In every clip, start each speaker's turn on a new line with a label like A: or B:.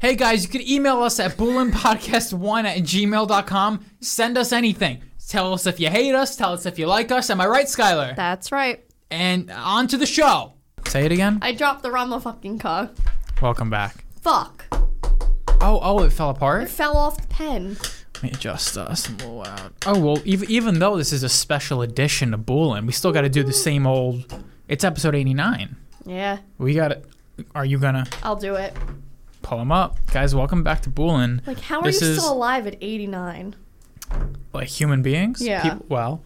A: Hey guys, you can email us at boolinpodcast1 at gmail.com. Send us anything. Tell us if you hate us. Tell us if you like us. Am I right, Skylar?
B: That's right.
A: And on to the show. Say it again.
B: I dropped the Rama fucking car.
A: Welcome back.
B: Fuck.
A: Oh, oh, it fell
B: It
A: apart?
B: fell off the pen.
A: Let me adjust us. I'm a little loud. Oh, well, even, even though this is a special edition of Boolin, we still got to do the same old. It's episode 89.
B: Yeah,
A: We got to. Are you going to
B: I'll do it.
A: pull him up? Guys, welcome back to Boolin.
B: Like, how are
A: This
B: you
A: is-
B: still alive at 89?
A: like human beings.
B: Yeah.
A: Peop- well,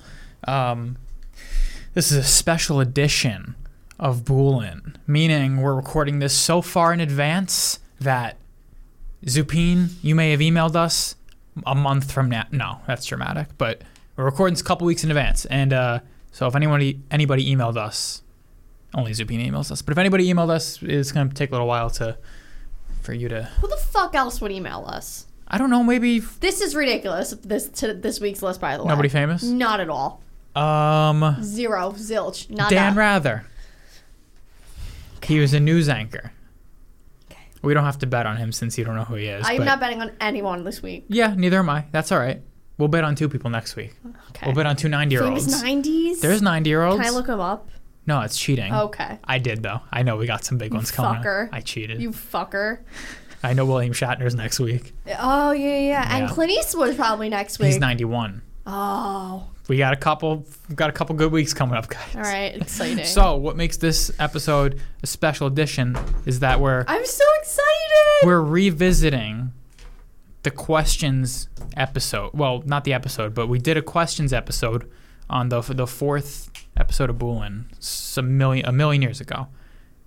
A: um, this is a special edition of Boolin, meaning we're recording this so far in advance that Zupin, you may have emailed us a month from now. No, that's dramatic, but we're recording this a couple weeks in advance, and uh, so if anybody anybody emailed us, only Zupin emails us. But if anybody emailed us, it's going to take a little while to for you to.
B: Who the fuck else would email us?
A: I don't know, maybe
B: This is ridiculous. This to this week's list, by the way.
A: nobody famous.
B: Not at all.
A: Um.
B: Zero. Zilch. Not
A: Dan Rather. He was a news anchor. We don't have to bet on him since you don't know who he is.
B: I'm
A: but-
B: not betting on anyone this week.
A: Yeah, neither am I. That's all right. We'll bet on two people next week.
B: Okay.
A: We'll bet on two 90 year
B: Famous
A: olds.
B: 90s?
A: There's 90 year olds.
B: Can I look him up?
A: no, it's cheating.
B: Okay.
A: I did, though. I know we got some big ones coming. up.
B: fucker.
A: I cheated.
B: You fucker.
A: I know William Shatner's next week.
B: Oh, yeah, yeah. yeah. And
A: Yeah.
B: Clint Eastwood's probably next week.
A: He's 91.
B: oh,
A: We got a couple We've got a couple good weeks coming up, guys.
B: all right. Exciting.
A: So, what makes this episode a special edition is that we're
B: I'm so excited.
A: we're revisiting the questions episode. Well, not the episode, but we did a questions episode on the the fourth episode of Boolin some million a million years ago,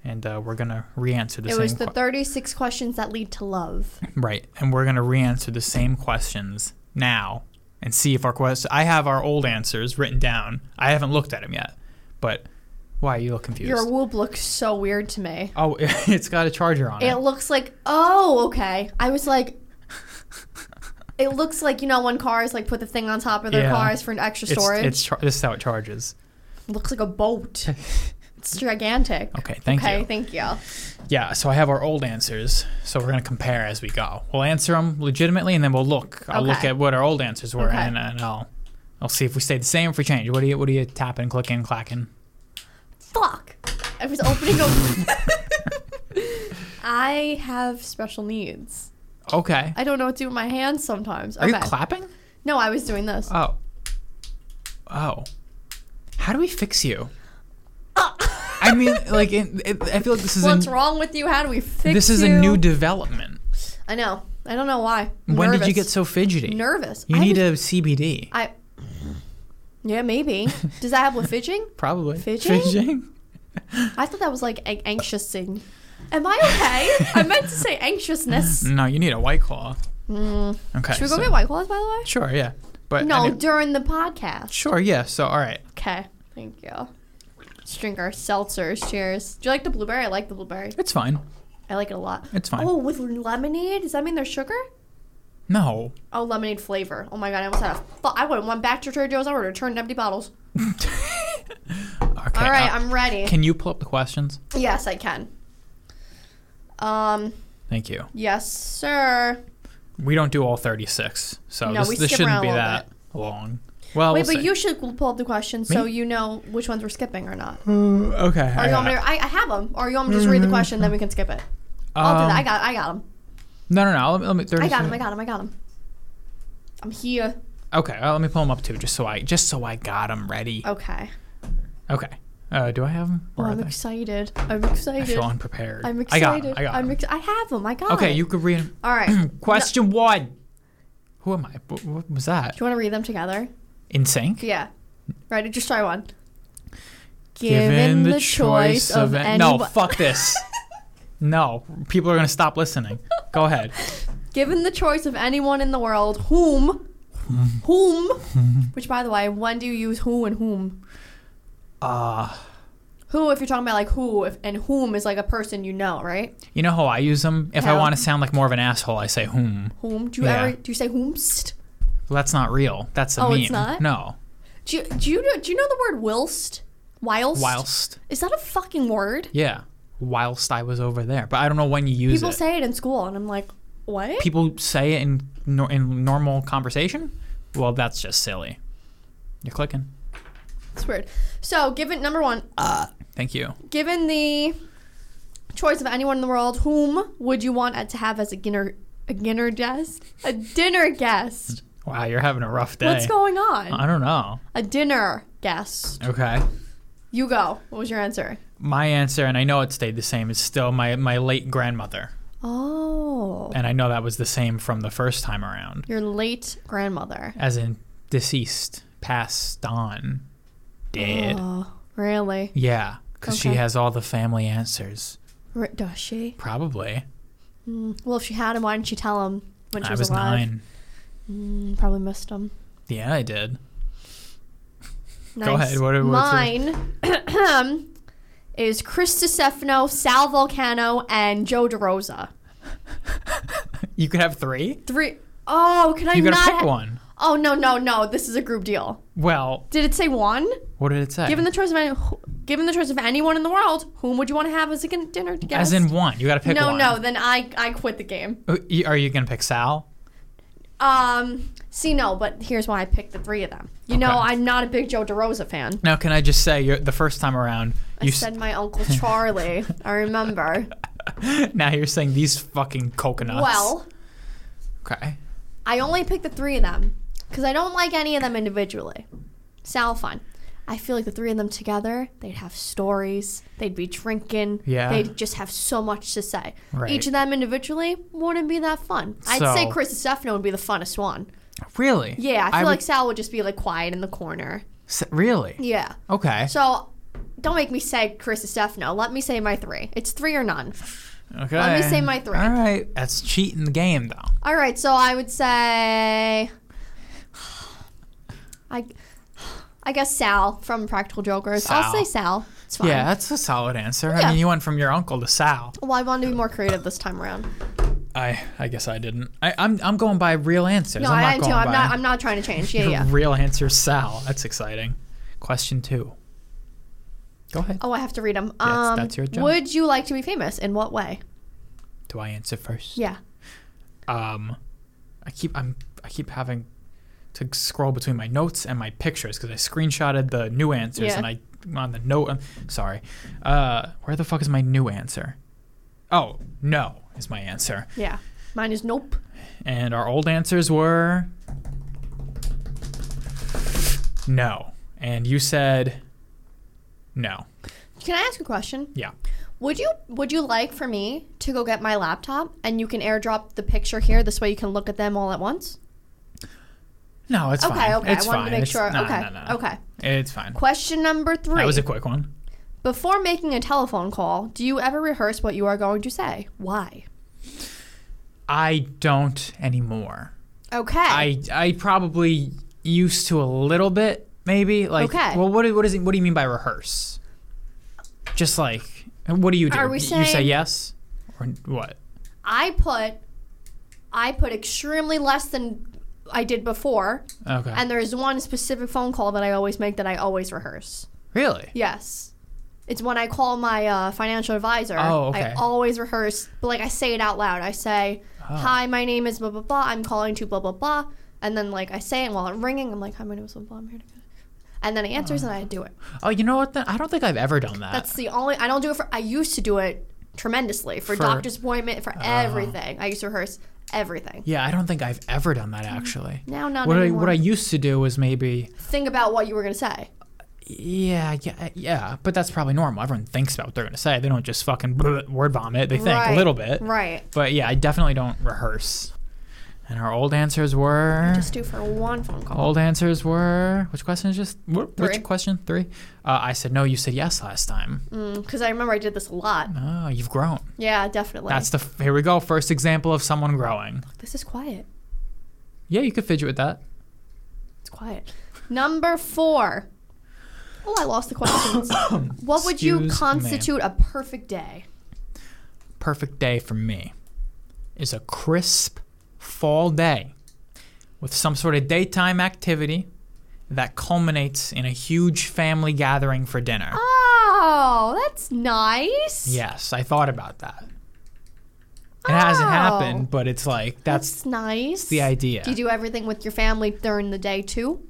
A: and uh, we're gonna re-answer the
B: it
A: same
B: was the
A: que-
B: 36 questions that lead to love.
A: right, and we're gonna re-answer the same questions now and see if our quest. I have our old answers written down. I haven't looked at them yet, but why you look confused?
B: Your whoop looks so weird to me.
A: oh, it's got a charger on
B: It
A: it.
B: looks like, oh, okay. I was like, it looks like, you know, when cars like put the thing on top of their
A: Yeah.
B: cars for an extra
A: It's,
B: storage.
A: it's char- this is how it charges.
B: looks like a boat. it's gigantic.
A: Okay, thank you.
B: okay, thank you.
A: Yeah, so I have our old answers, so we're gonna compare as we go. We'll answer them legitimately, and then we'll look. I'll look
B: Okay.
A: at what our old answers were,
B: Okay.
A: and, and I'll I'll see if we stay the same, or if we change. What are you What are you tapping, clicking, clacking?
B: Fuck. I was opening up. I have special needs.
A: Okay.
B: I don't know what to do with my hands sometimes.
A: Are
B: Okay.
A: you clapping?
B: no, I was doing this.
A: Oh. Oh. How do we fix you? I mean, like, in, it, I feel like this is
B: What's
A: a,
B: wrong with you? How do we fix
A: this is a
B: you?
A: new development.
B: I know. I don't know why.
A: When did you
B: Nervous.
A: get so fidgety?
B: nervous?
A: You
B: I
A: need
B: was-
A: a CBD,
B: I. Yeah, maybe. Does that have with fidgeting?
A: probably.
B: Fidgeting?
A: Fidgeting?
B: I thought that was like an anxious thing. Am I okay? I meant to say anxiousness.
A: No, you need a white claw. Okay.
B: Mm. Should we go
A: so-
B: get white claws, by the way?
A: Sure, yeah. But
B: No,
A: any-
B: during the podcast.
A: sure, yeah. So, all right.
B: Okay, thank you. Let's drink our seltzers. Cheers. Do you like the blueberry? I like the blueberry.
A: It's fine.
B: I like it a lot.
A: It's fine.
B: Oh, with lemonade? Does that mean there's sugar?
A: No.
B: Oh, lemonade flavor. Oh my god, I almost had a. Fu- I would have went back to Trader Joe's. I would have returned empty bottles.
A: Okay.
B: All right,
A: uh,
B: I'm ready.
A: can you pull up the questions?
B: yes, I can. Um.
A: Thank you.
B: Yes, sir.
A: We don't do all 36, so
B: No,
A: this,
B: we
A: this
B: skip
A: shouldn't
B: around
A: be
B: a little
A: that long. Well,
B: Wait,
A: we'll
B: but
A: see.
B: you should pull up the questions so you know which ones we're skipping or not. Or
A: Uh, okay. I
B: you
A: got
B: want me
A: it.
B: to, I, I have them. Or you want me to just read the
A: Hmm.
B: question, then we can skip it. I'll
A: Um,
B: do that. I got. I got them.
A: No, no, no. Let me. Let me
B: I got them. I got them. I got them. I'm here.
A: Okay. uh, let me pull them up too, just so I just so I got them ready.
B: Okay.
A: Okay. Uh, do I have them?
B: Oh,
A: Or are
B: I'm
A: they?
B: excited. I'm
A: I
B: excited.
A: feel unprepared.
B: I'm
A: I got 'em,
B: excited.
A: I got
B: am
A: 'em.
B: ex- I have them. I got
A: Okay,
B: it.
A: you could read 'em.
B: All right. Do
A: Question one. Who am I? What, what was that?
B: you want to read them together?
A: In sync?
B: Yeah. Right. Just try one.
A: Given the choice of an- no, fuck this. no, people are gonna stop listening. Go ahead.
B: Given the choice of anyone in the world, whom, whom, which by the way, when do you use who and whom?
A: Uh,
B: Who, if you're talking about like who, if, and whom is like a person you know, right?
A: you know how I use them? If I
B: How?
A: want to sound like more of an asshole, I say whom.
B: Whom? Do you
A: Yeah.
B: ever do you say whomst?
A: Well, that's not real. That's a
B: Oh,
A: meme.
B: it's not?
A: No.
B: Do you, do you know, do you know the word whilst? Whilst?
A: Whilst.
B: Is that a fucking word?
A: Yeah. Whilst I was over there, but I don't know when you use
B: People
A: it.
B: say it in school, and I'm like, What?
A: people say it in nor- in normal conversation, well, that's just silly. You're clicking.
B: It's weird. So, given number one, uh,
A: Thank you.
B: given the choice of anyone in the world, whom would you want to have as a dinner a dinner guest? A dinner guest.
A: Wow, you're having a rough day.
B: What's going on?
A: I don't know.
B: A dinner guest.
A: Okay.
B: You go. What was your answer?
A: My answer, and I know it stayed the same, is still my, my late grandmother.
B: Oh,
A: And I know that was the same from the first time around,
B: your late grandmother.
A: as in deceased, passed on, dead.
B: Oh, really?
A: Yeah, because she
B: Okay.
A: has all the family answers.
B: R- does she? Mm.
A: Probably.
B: Well, if she had him, why didn't she tell him when she
A: I
B: was,
A: was,
B: alive?
A: nine.
B: Mm, probably missed him.
A: Yeah, I did.
B: Nice.
A: ahead, what are- what's
B: Mine is Chris Stefano, Sal Volcano, and Joe DeRosa.
A: You could have three.
B: Three. Oh, can I
A: You
B: not?
A: gotta pick
B: ha-
A: one.
B: Oh no no no! This is a group deal.
A: Well,
B: Did it say one?
A: what did it say?
B: Given the choice of any, given the choice of anyone in the world, whom would you want to have as a gin- dinner
A: as
B: guest?
A: in one. You gotta pick
B: no
A: one.
B: no. Then I I quit the game.
A: Uh, y- Are you gonna pick Sal?
B: Um. See no, but here's why I picked the three of them. You know
A: Okay.
B: I'm not a big Joe DeRosa fan.
A: Now, can I just say, you're, the first time around,
B: I
A: you s-
B: said my uncle Charlie. I remember.
A: now you're saying these fucking coconuts.
B: Well.
A: okay.
B: I only picked the three of them because I don't like any of them individually. Sal fun. I feel like the three of them together, they'd have stories. They'd be drinking.
A: Yeah.
B: They'd just have so much to say.
A: Right.
B: Each of them individually wouldn't be that fun. I'd say
A: So-
B: Chris Stefano would be the funnest one.
A: Really?
B: Yeah, I feel
A: would-
B: like Sal would just be like quiet in the corner.
A: s- really.
B: Yeah.
A: Okay.
B: So don't make me say Chris Stefano. Let me say my three. It's three or none.
A: okay.
B: let me say my three.
A: All right. That's cheating the game, though.
B: All right, so I would say, I, I guess Sal from Practical Jokers. I'll
A: Sal.
B: say Sal. It's fine.
A: Yeah, that's a solid answer. I
B: Yeah.
A: mean, you went from your uncle to Sal.
B: Well, I wanted to be more creative this time around.
A: I I guess I didn't. I, I'm I'm going by real answers.
B: No,
A: I'm
B: I
A: not
B: am too.
A: going
B: I'm
A: by
B: not. I'm not trying to change. Yeah,
A: your
B: yeah.
A: real answer, Sal. That's exciting. Question two. Go ahead.
B: Oh, I have to read them.
A: Yes,
B: Um,
A: that's your job.
B: Would you like to be famous? In what way?
A: Do I answer first?
B: Yeah.
A: Um, I keep I'm I keep having to scroll between my notes and my pictures because I screenshotted the new answers
B: Yeah.
A: and I on the note. I'm sorry. Uh, where the fuck is my new answer? Oh no, is my answer.
B: Yeah. Mine is nope.
A: And our old answers were no. And you said no.
B: Can I ask a question?
A: Yeah.
B: Would you Would you like for me to go get my laptop and you can airdrop the picture here? This way you can look at them all at once.
A: No, it's
B: Okay.
A: fine.
B: Okay.
A: It's
B: I wanted
A: fine.
B: to make
A: It's-
B: sure.
A: no,
B: okay.
A: no, no.
B: Okay.
A: It's fine.
B: Question number three.
A: That was a quick one.
B: Before making a telephone call, do you ever rehearse what you are going to say? Why?
A: I don't anymore.
B: Okay.
A: I I probably used to a little bit, maybe. Like,
B: Okay.
A: well, what do- what is it? What do you mean by rehearse? Just like, what do you do?
B: Are we
A: Y- you say
B: saying-
A: yes or n- what?
B: I put I put extremely less than I did before,
A: Okay.
B: and there is one specific phone call that I always make that I always rehearse.
A: really?
B: Yes. It's when I call my uh, financial advisor.
A: Oh, okay.
B: I always rehearse, but like I say it out loud. I say,
A: Oh.
B: "Hi, my name is blah blah blah. I'm calling to blah blah blah," and then like I say it while I'm ringing. I'm like, "Hi, my name is blah blah. blah. I'm here to," and then it answers, and I do it.
A: Oh, you know what? Then I don't think I've ever done that.
B: That's the only. I don't do it for. I used to do it tremendously for,
A: For- Uh-huh.
B: doctor's appointment for everything. I used to rehearse everything.
A: yeah, I don't think I've ever done that actually.
B: Now, Mm-hmm. not
A: What I,
B: anymore.
A: what I used to do was maybe
B: Think about what you were gonna say.
A: yeah yeah yeah, but that's probably normal. Everyone thinks about what they're gonna say. They don't just fucking word vomit. They think a
B: Right.
A: little bit.
B: Right.
A: But yeah, I definitely don't rehearse. And our old answers were
B: Just do for one phone call.
A: Old answers were which question is just wh-
B: Three.
A: which question three? Uh, I said no. You said yes last time.
B: Because Mm, I remember I did this a lot.
A: Oh, you've grown.
B: Yeah, definitely.
A: That's the f- here we go. First example of someone growing.
B: this is quiet.
A: Yeah, you could fidget with that.
B: It's quiet. Number four. Oh, I lost the questions. what would you
A: Excuse me.
B: constitute a perfect day?
A: Perfect day for me is a crisp fall day with some sort of daytime activity that culminates in a huge family gathering for dinner.
B: Oh, that's nice.
A: Yes, I thought about that. It hasn't
B: Oh.
A: happened, but it's like
B: That's,
A: that's
B: nice.
A: the idea.
B: Do you do everything with your family during the day too?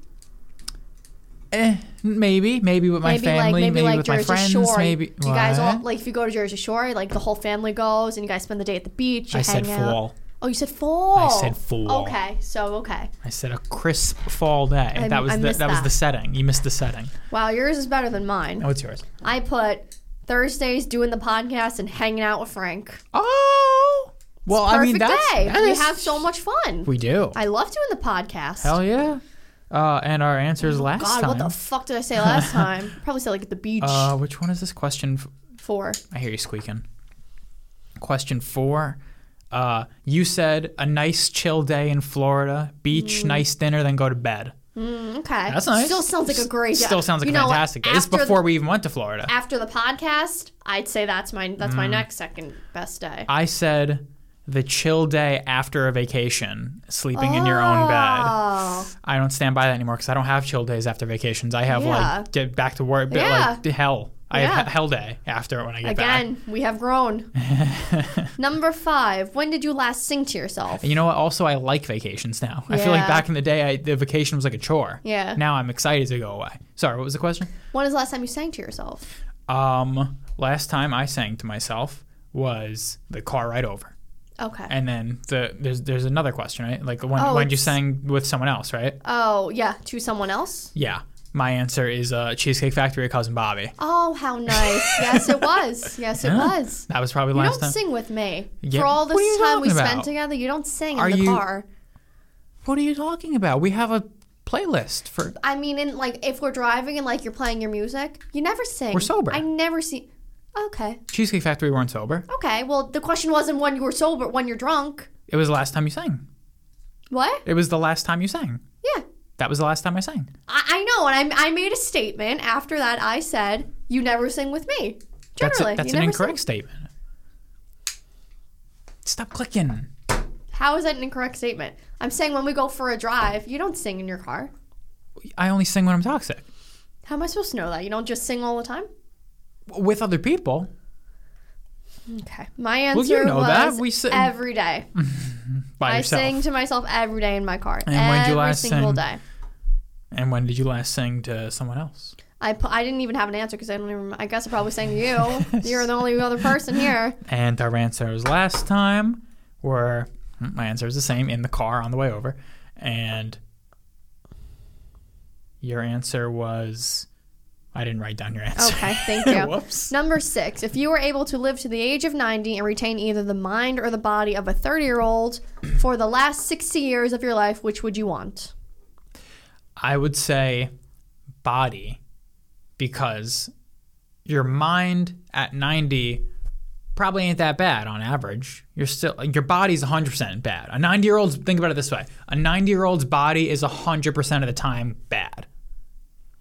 A: Eh, maybe, maybe with my
B: maybe
A: family,
B: like maybe, like
A: with
B: Jersey
A: my friends,
B: Shore.
A: maybe.
B: do you guys all
A: What?
B: like if you go to Jersey Shore, like the whole family goes and you guys spend the day at the beach. You
A: I
B: hang
A: said
B: out.
A: fall.
B: Oh, you said fall.
A: I said fall.
B: Okay, so okay.
A: I said a crisp fall day.
B: I-
A: that was
B: I
A: the, that,
B: missed
A: was the
B: that.
A: setting. You missed the setting.
B: Wow, yours is better than mine.
A: Oh, it's yours.
B: I put Thursdays doing the podcast and hanging out with Frank.
A: Oh, well, I mean
B: Perfect
A: that's
B: day.
A: that
B: we
A: is-
B: have so much fun.
A: We do.
B: I love doing the podcast.
A: Hell yeah. Uh, and our answers last
B: Oh God,
A: time.
B: what the fuck did I say last time? Probably said like at the beach.
A: uh, which one is this question? f-
B: Four.
A: I hear you squeaking. Question four. Uh, you said a nice chill day in Florida, beach, nice dinner, then go to bed.
B: Mm, okay.
A: That's nice.
B: Still sounds like a great.
A: Still sounds like
B: You
A: a
B: know what?
A: fantastic day. It's
B: After the-
A: before we even went to Florida.
B: after the podcast, I'd say that's my that's
A: Hmm.
B: my next second best day.
A: I said the chill day after a vacation, sleeping in your own bed.
B: Oh.
A: I don't stand by that anymore because I don't have chill days after vacations. I have
B: Yeah.
A: like get back to work, but
B: Yeah.
A: like d- hell. I have
B: Yeah.
A: he- hell day after it when I get back.
B: Again, we have grown. Number five. When did you last sing to yourself?
A: And you know what? Also, I like vacations now. I feel like
B: Yeah.
A: back in the day, I, the vacation was like a chore.
B: Yeah.
A: Now I'm excited to go away. Sorry, what was the question?
B: When is the last time you sang to yourself?
A: Um, last time I sang to myself was the car ride over,
B: Okay.
A: and then the there's there's another question, right? Like when
B: Oh,
A: when you
B: it's-
A: sang with someone else, right?
B: oh yeah, to someone else.
A: Yeah. My answer is uh, Cheesecake Factory at Cousin Bobby.
B: Oh, how nice. yes, it was. Yes, it was.
A: That was probably
B: You
A: last
B: don't
A: time.
B: sing with me.
A: Yeah,
B: For all
A: what are you
B: this time we
A: talking
B: spent
A: about?
B: together, you don't sing
A: Are
B: in the
A: you-
B: car.
A: what are you talking about? We have a playlist for.
B: I mean, in like if we're driving and like you're playing your music, you never sing.
A: We're sober.
B: I never see. Okay.
A: Cheesecake Factory weren't sober.
B: Okay. Well, the question wasn't when you were sober, when you're drunk.
A: It was the last time you sang.
B: What?
A: It was the last time you sang.
B: Yeah.
A: That was the last time I sang.
B: I, I know, and I, I made a statement after that. I said you never sing with me.
A: That's,
B: Generally,
A: a, that's
B: you
A: an
B: never
A: incorrect statement. Stop clicking.
B: Sing. How is that an incorrect statement? I'm saying when we go for a drive, you don't sing in your car.
A: I only sing when I'm toxic.
B: How am I supposed to know that? You don't just sing all the time.
A: With other people,
B: Okay. My answer
A: you know
B: was
A: that. We sing-
B: every day.
A: by
B: I
A: yourself.
B: sing to myself every day in my car.
A: And
B: every
A: when did you last
B: single
A: sing?
B: day.
A: And when did you last sing to someone else?
B: I, pu- I didn't even have an answer because I don't even. I guess I probably sang to you. You're the only other person here.
A: And our answers last time were hmm, my answer is the same in the car on the way over. And your answer was I didn't write down your answer.
B: Okay, thank you.
A: Whoops.
B: Number six, if you were able to live to the age of 90 and retain either the mind or the body of a 30 year old for the last 60 years of your life, which would you want?
A: I would say body because your mind at 90 probably ain't that bad on average. You're still your body's 100% bad. A 90-year-old's think about it this way. A 90-year-old's body is 100% of the time bad.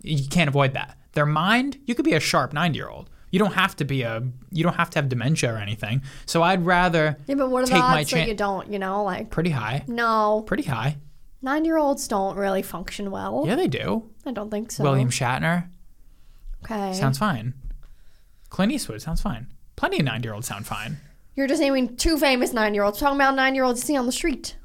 A: You can't avoid that. Their mind, you could be a sharp 90-year-old. You don't have to be a you don't have to have dementia or anything. So I'd rather
B: Yeah, but what are the
A: Take my
B: odds
A: chan-
B: that you don't, you know? Like,
A: pretty high,
B: no,
A: pretty high.
B: nine year olds don't really function well.
A: Yeah, they do.
B: I don't think so.
A: William Shatner,
B: Okay.
A: Sounds fine. Clint Eastwood sounds fine. Plenty of nine-year-olds sound fine.
B: You're just naming two famous nine year olds, talking about nine year olds you see on the street.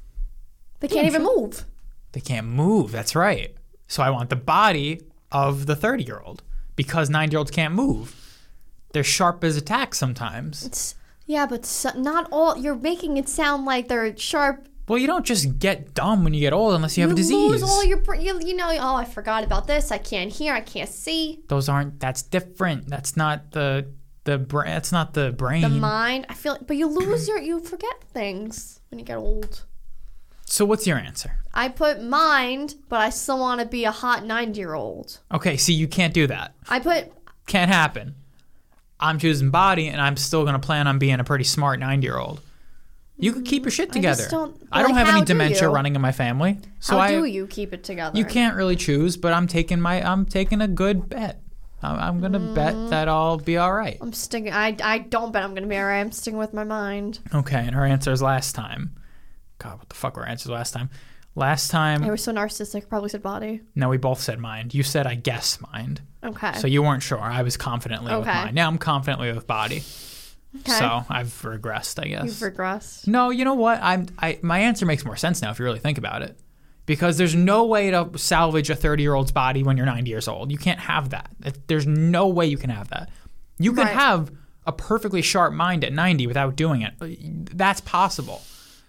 B: They can't even move.
A: They can't move. That's right. So I want the body of the thirty-year-old because nine-year-olds can't move. They're sharp as a tack sometimes.
B: It's, yeah, but so, not all. You're making it sound like they're sharp
A: Well, you don't just get dumb when you get old unless you have a
B: You
A: disease.
B: lose all your, br- you, you know, oh, I forgot about this. I can't hear. I can't see.
A: Those aren't. That's different. That's not the the brain. That's not the brain.
B: The mind. I feel, but you lose your, you forget things when you get old.
A: so what's your answer?
B: I put mind, but I still want to be a hot 90 year old.
A: Okay, see, you can't do that.
B: I put,
A: Can't happen. I'm choosing body, and I'm still gonna plan on being a pretty smart nine-year-old. You could keep your shit together.
B: don't-
A: I don't
B: like,
A: have any
B: how do
A: dementia
B: you?
A: running in my family, so
B: how
A: I
B: do you keep it together?
A: you can't really choose. But I'm taking my I'm taking a good bet. I'm, I'm gonna
B: Mm.
A: bet that I'll be all right.
B: I'm sticking, I, I don't bet I'm going to be all right. I'm sticking with my mind.
A: Okay, and her answers last time. God, what the fuck were her answers last time? Last
B: I
A: time,
B: was so narcissistic. I probably said body.
A: no, we both said mind. You said I guess mind,
B: Okay.
A: so you weren't sure. I was confidently with
B: Okay.
A: mind. Now I'm confidently with body.
B: Okay.
A: So I've regressed, I guess.
B: You've regressed.
A: No, you know what? I'm I my answer makes more sense now if you really think about it. Because there's no way to salvage a 30-year-old's body when you're 90 years old. You can't have that. It- There's no way you can have that. You can
B: Right.
A: have a perfectly sharp mind at 90 without doing it. That's possible.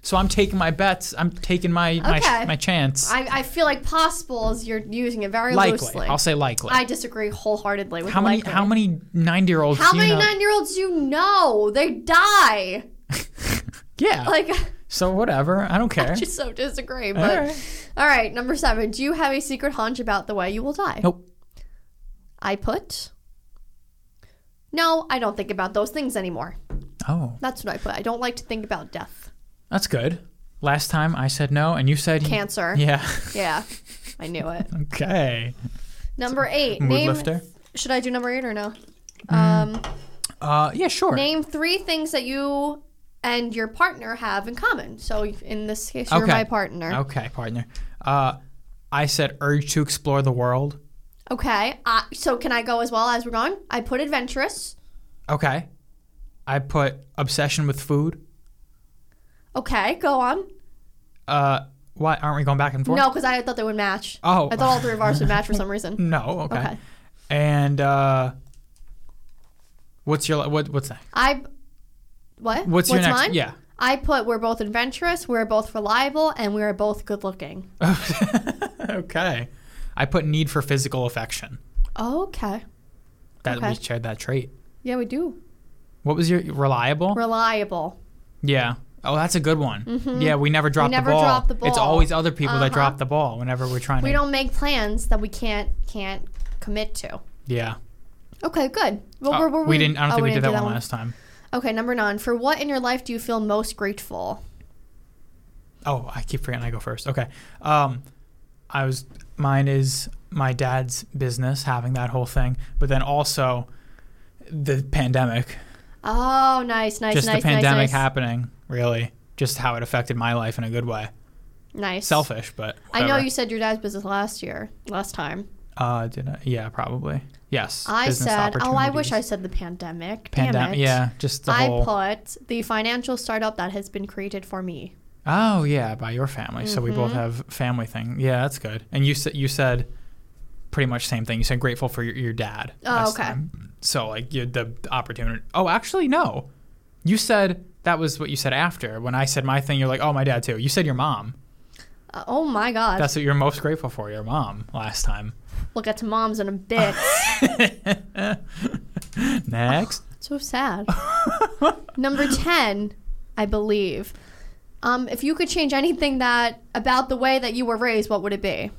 A: So I'm taking my bets. I'm taking my my,
B: Okay.
A: my chance.
B: I, I feel like possible is you're using it very
A: likely.
B: loosely.
A: I'll say likely.
B: I disagree wholeheartedly with
A: how many
B: likely.
A: how many 90-year-olds
B: How
A: do
B: many
A: you know?
B: nine year olds you know? They die.
A: yeah.
B: Like,
A: so whatever. I don't care.
B: I just so disagree.
A: Oh. All
B: But
A: right.
B: all right, number seven. Do you have a secret hunch about the way you will die?
A: Nope.
B: I put. No, I don't think about those things anymore.
A: Oh.
B: That's what I put. I don't like to think about death.
A: That's good. Last time I said no and you said
B: Cancer.
A: Yeah.
B: Yeah. I knew it.
A: Okay.
B: Number eight.
A: Mood
B: name,
A: lifter.
B: Should I do number eight or no? Um,
A: Uh, yeah, sure.
B: name three things that you and your partner have in common. So in this case, you're
A: Okay.
B: my partner.
A: Okay, partner. Uh, I said urge to explore the world.
B: Okay. Uh, so can I go as well as we're going? I put adventurous.
A: Okay. I put obsession with food.
B: Okay, go on.
A: Uh, why aren't we going back and forth?
B: No, because I thought they would match.
A: Oh.
B: I thought all three of ours would match for some reason.
A: No. Okay.
B: Okay.
A: And uh, what's your what? What's that?
B: I. What?
A: What's, your next?
B: mine?
A: Yeah.
B: I put we're both adventurous, we're both reliable, and we're both good looking.
A: okay. I put need for physical affection.
B: Okay.
A: That we
B: Okay.
A: shared that trait.
B: Yeah, we do.
A: What was your reliable?
B: Reliable.
A: Yeah. Oh, that's a good one. Yeah, we never drop
B: Mm-hmm.
A: the
B: never
A: ball.
B: drop the ball.
A: It's always other people that
B: Uh-huh.
A: drop the ball whenever we're trying
B: We
A: to.
B: don't make plans that we can't can't commit to.
A: yeah.
B: Okay, good. Well,
A: Oh,
B: we're, we're,
A: we didn't. I don't
B: oh,
A: think we,
B: didn't
A: did that,
B: do
A: one last time.
B: Okay, number nine. For what in your life do you feel most grateful?
A: Oh, I keep forgetting I go first. Okay. Um, I was. Mine is my dad's business, having that whole thing, but then also the pandemic,
B: Oh, nice, nice,
A: just
B: nice,
A: the pandemic
B: nice, nice.
A: happening, really, just how it affected my life in a good way.
B: nice.
A: Selfish, but
B: I know
A: whatever.
B: you said your dad's business last year, last time.
A: Uh, did I? Yeah, probably. Yes.
B: I
A: business
B: said, oh, I wish I
A: opportunities.
B: said the pandemic. Damn
A: Pandemic.
B: it.
A: Yeah, just the
B: I
A: whole.
B: put the financial startup that has been created for me.
A: Oh yeah, by your family. So we
B: Mm-hmm.
A: both have family thing. Yeah, that's good. And you said you said pretty much same thing. You said grateful for your, your dad.
B: Oh,
A: last
B: okay.
A: time. So like you, the opportunity. Oh, actually no, you said that was what you said after when I said my thing. You're like, oh, my dad too. You said your mom.
B: Uh, oh my God.
A: That's what you're most grateful for. Your mom last time.
B: we'll get to moms in a bit.
A: Next.
B: so sad. Number 10, I believe. Um, if you could change anything that about the way that you were raised, what would it be?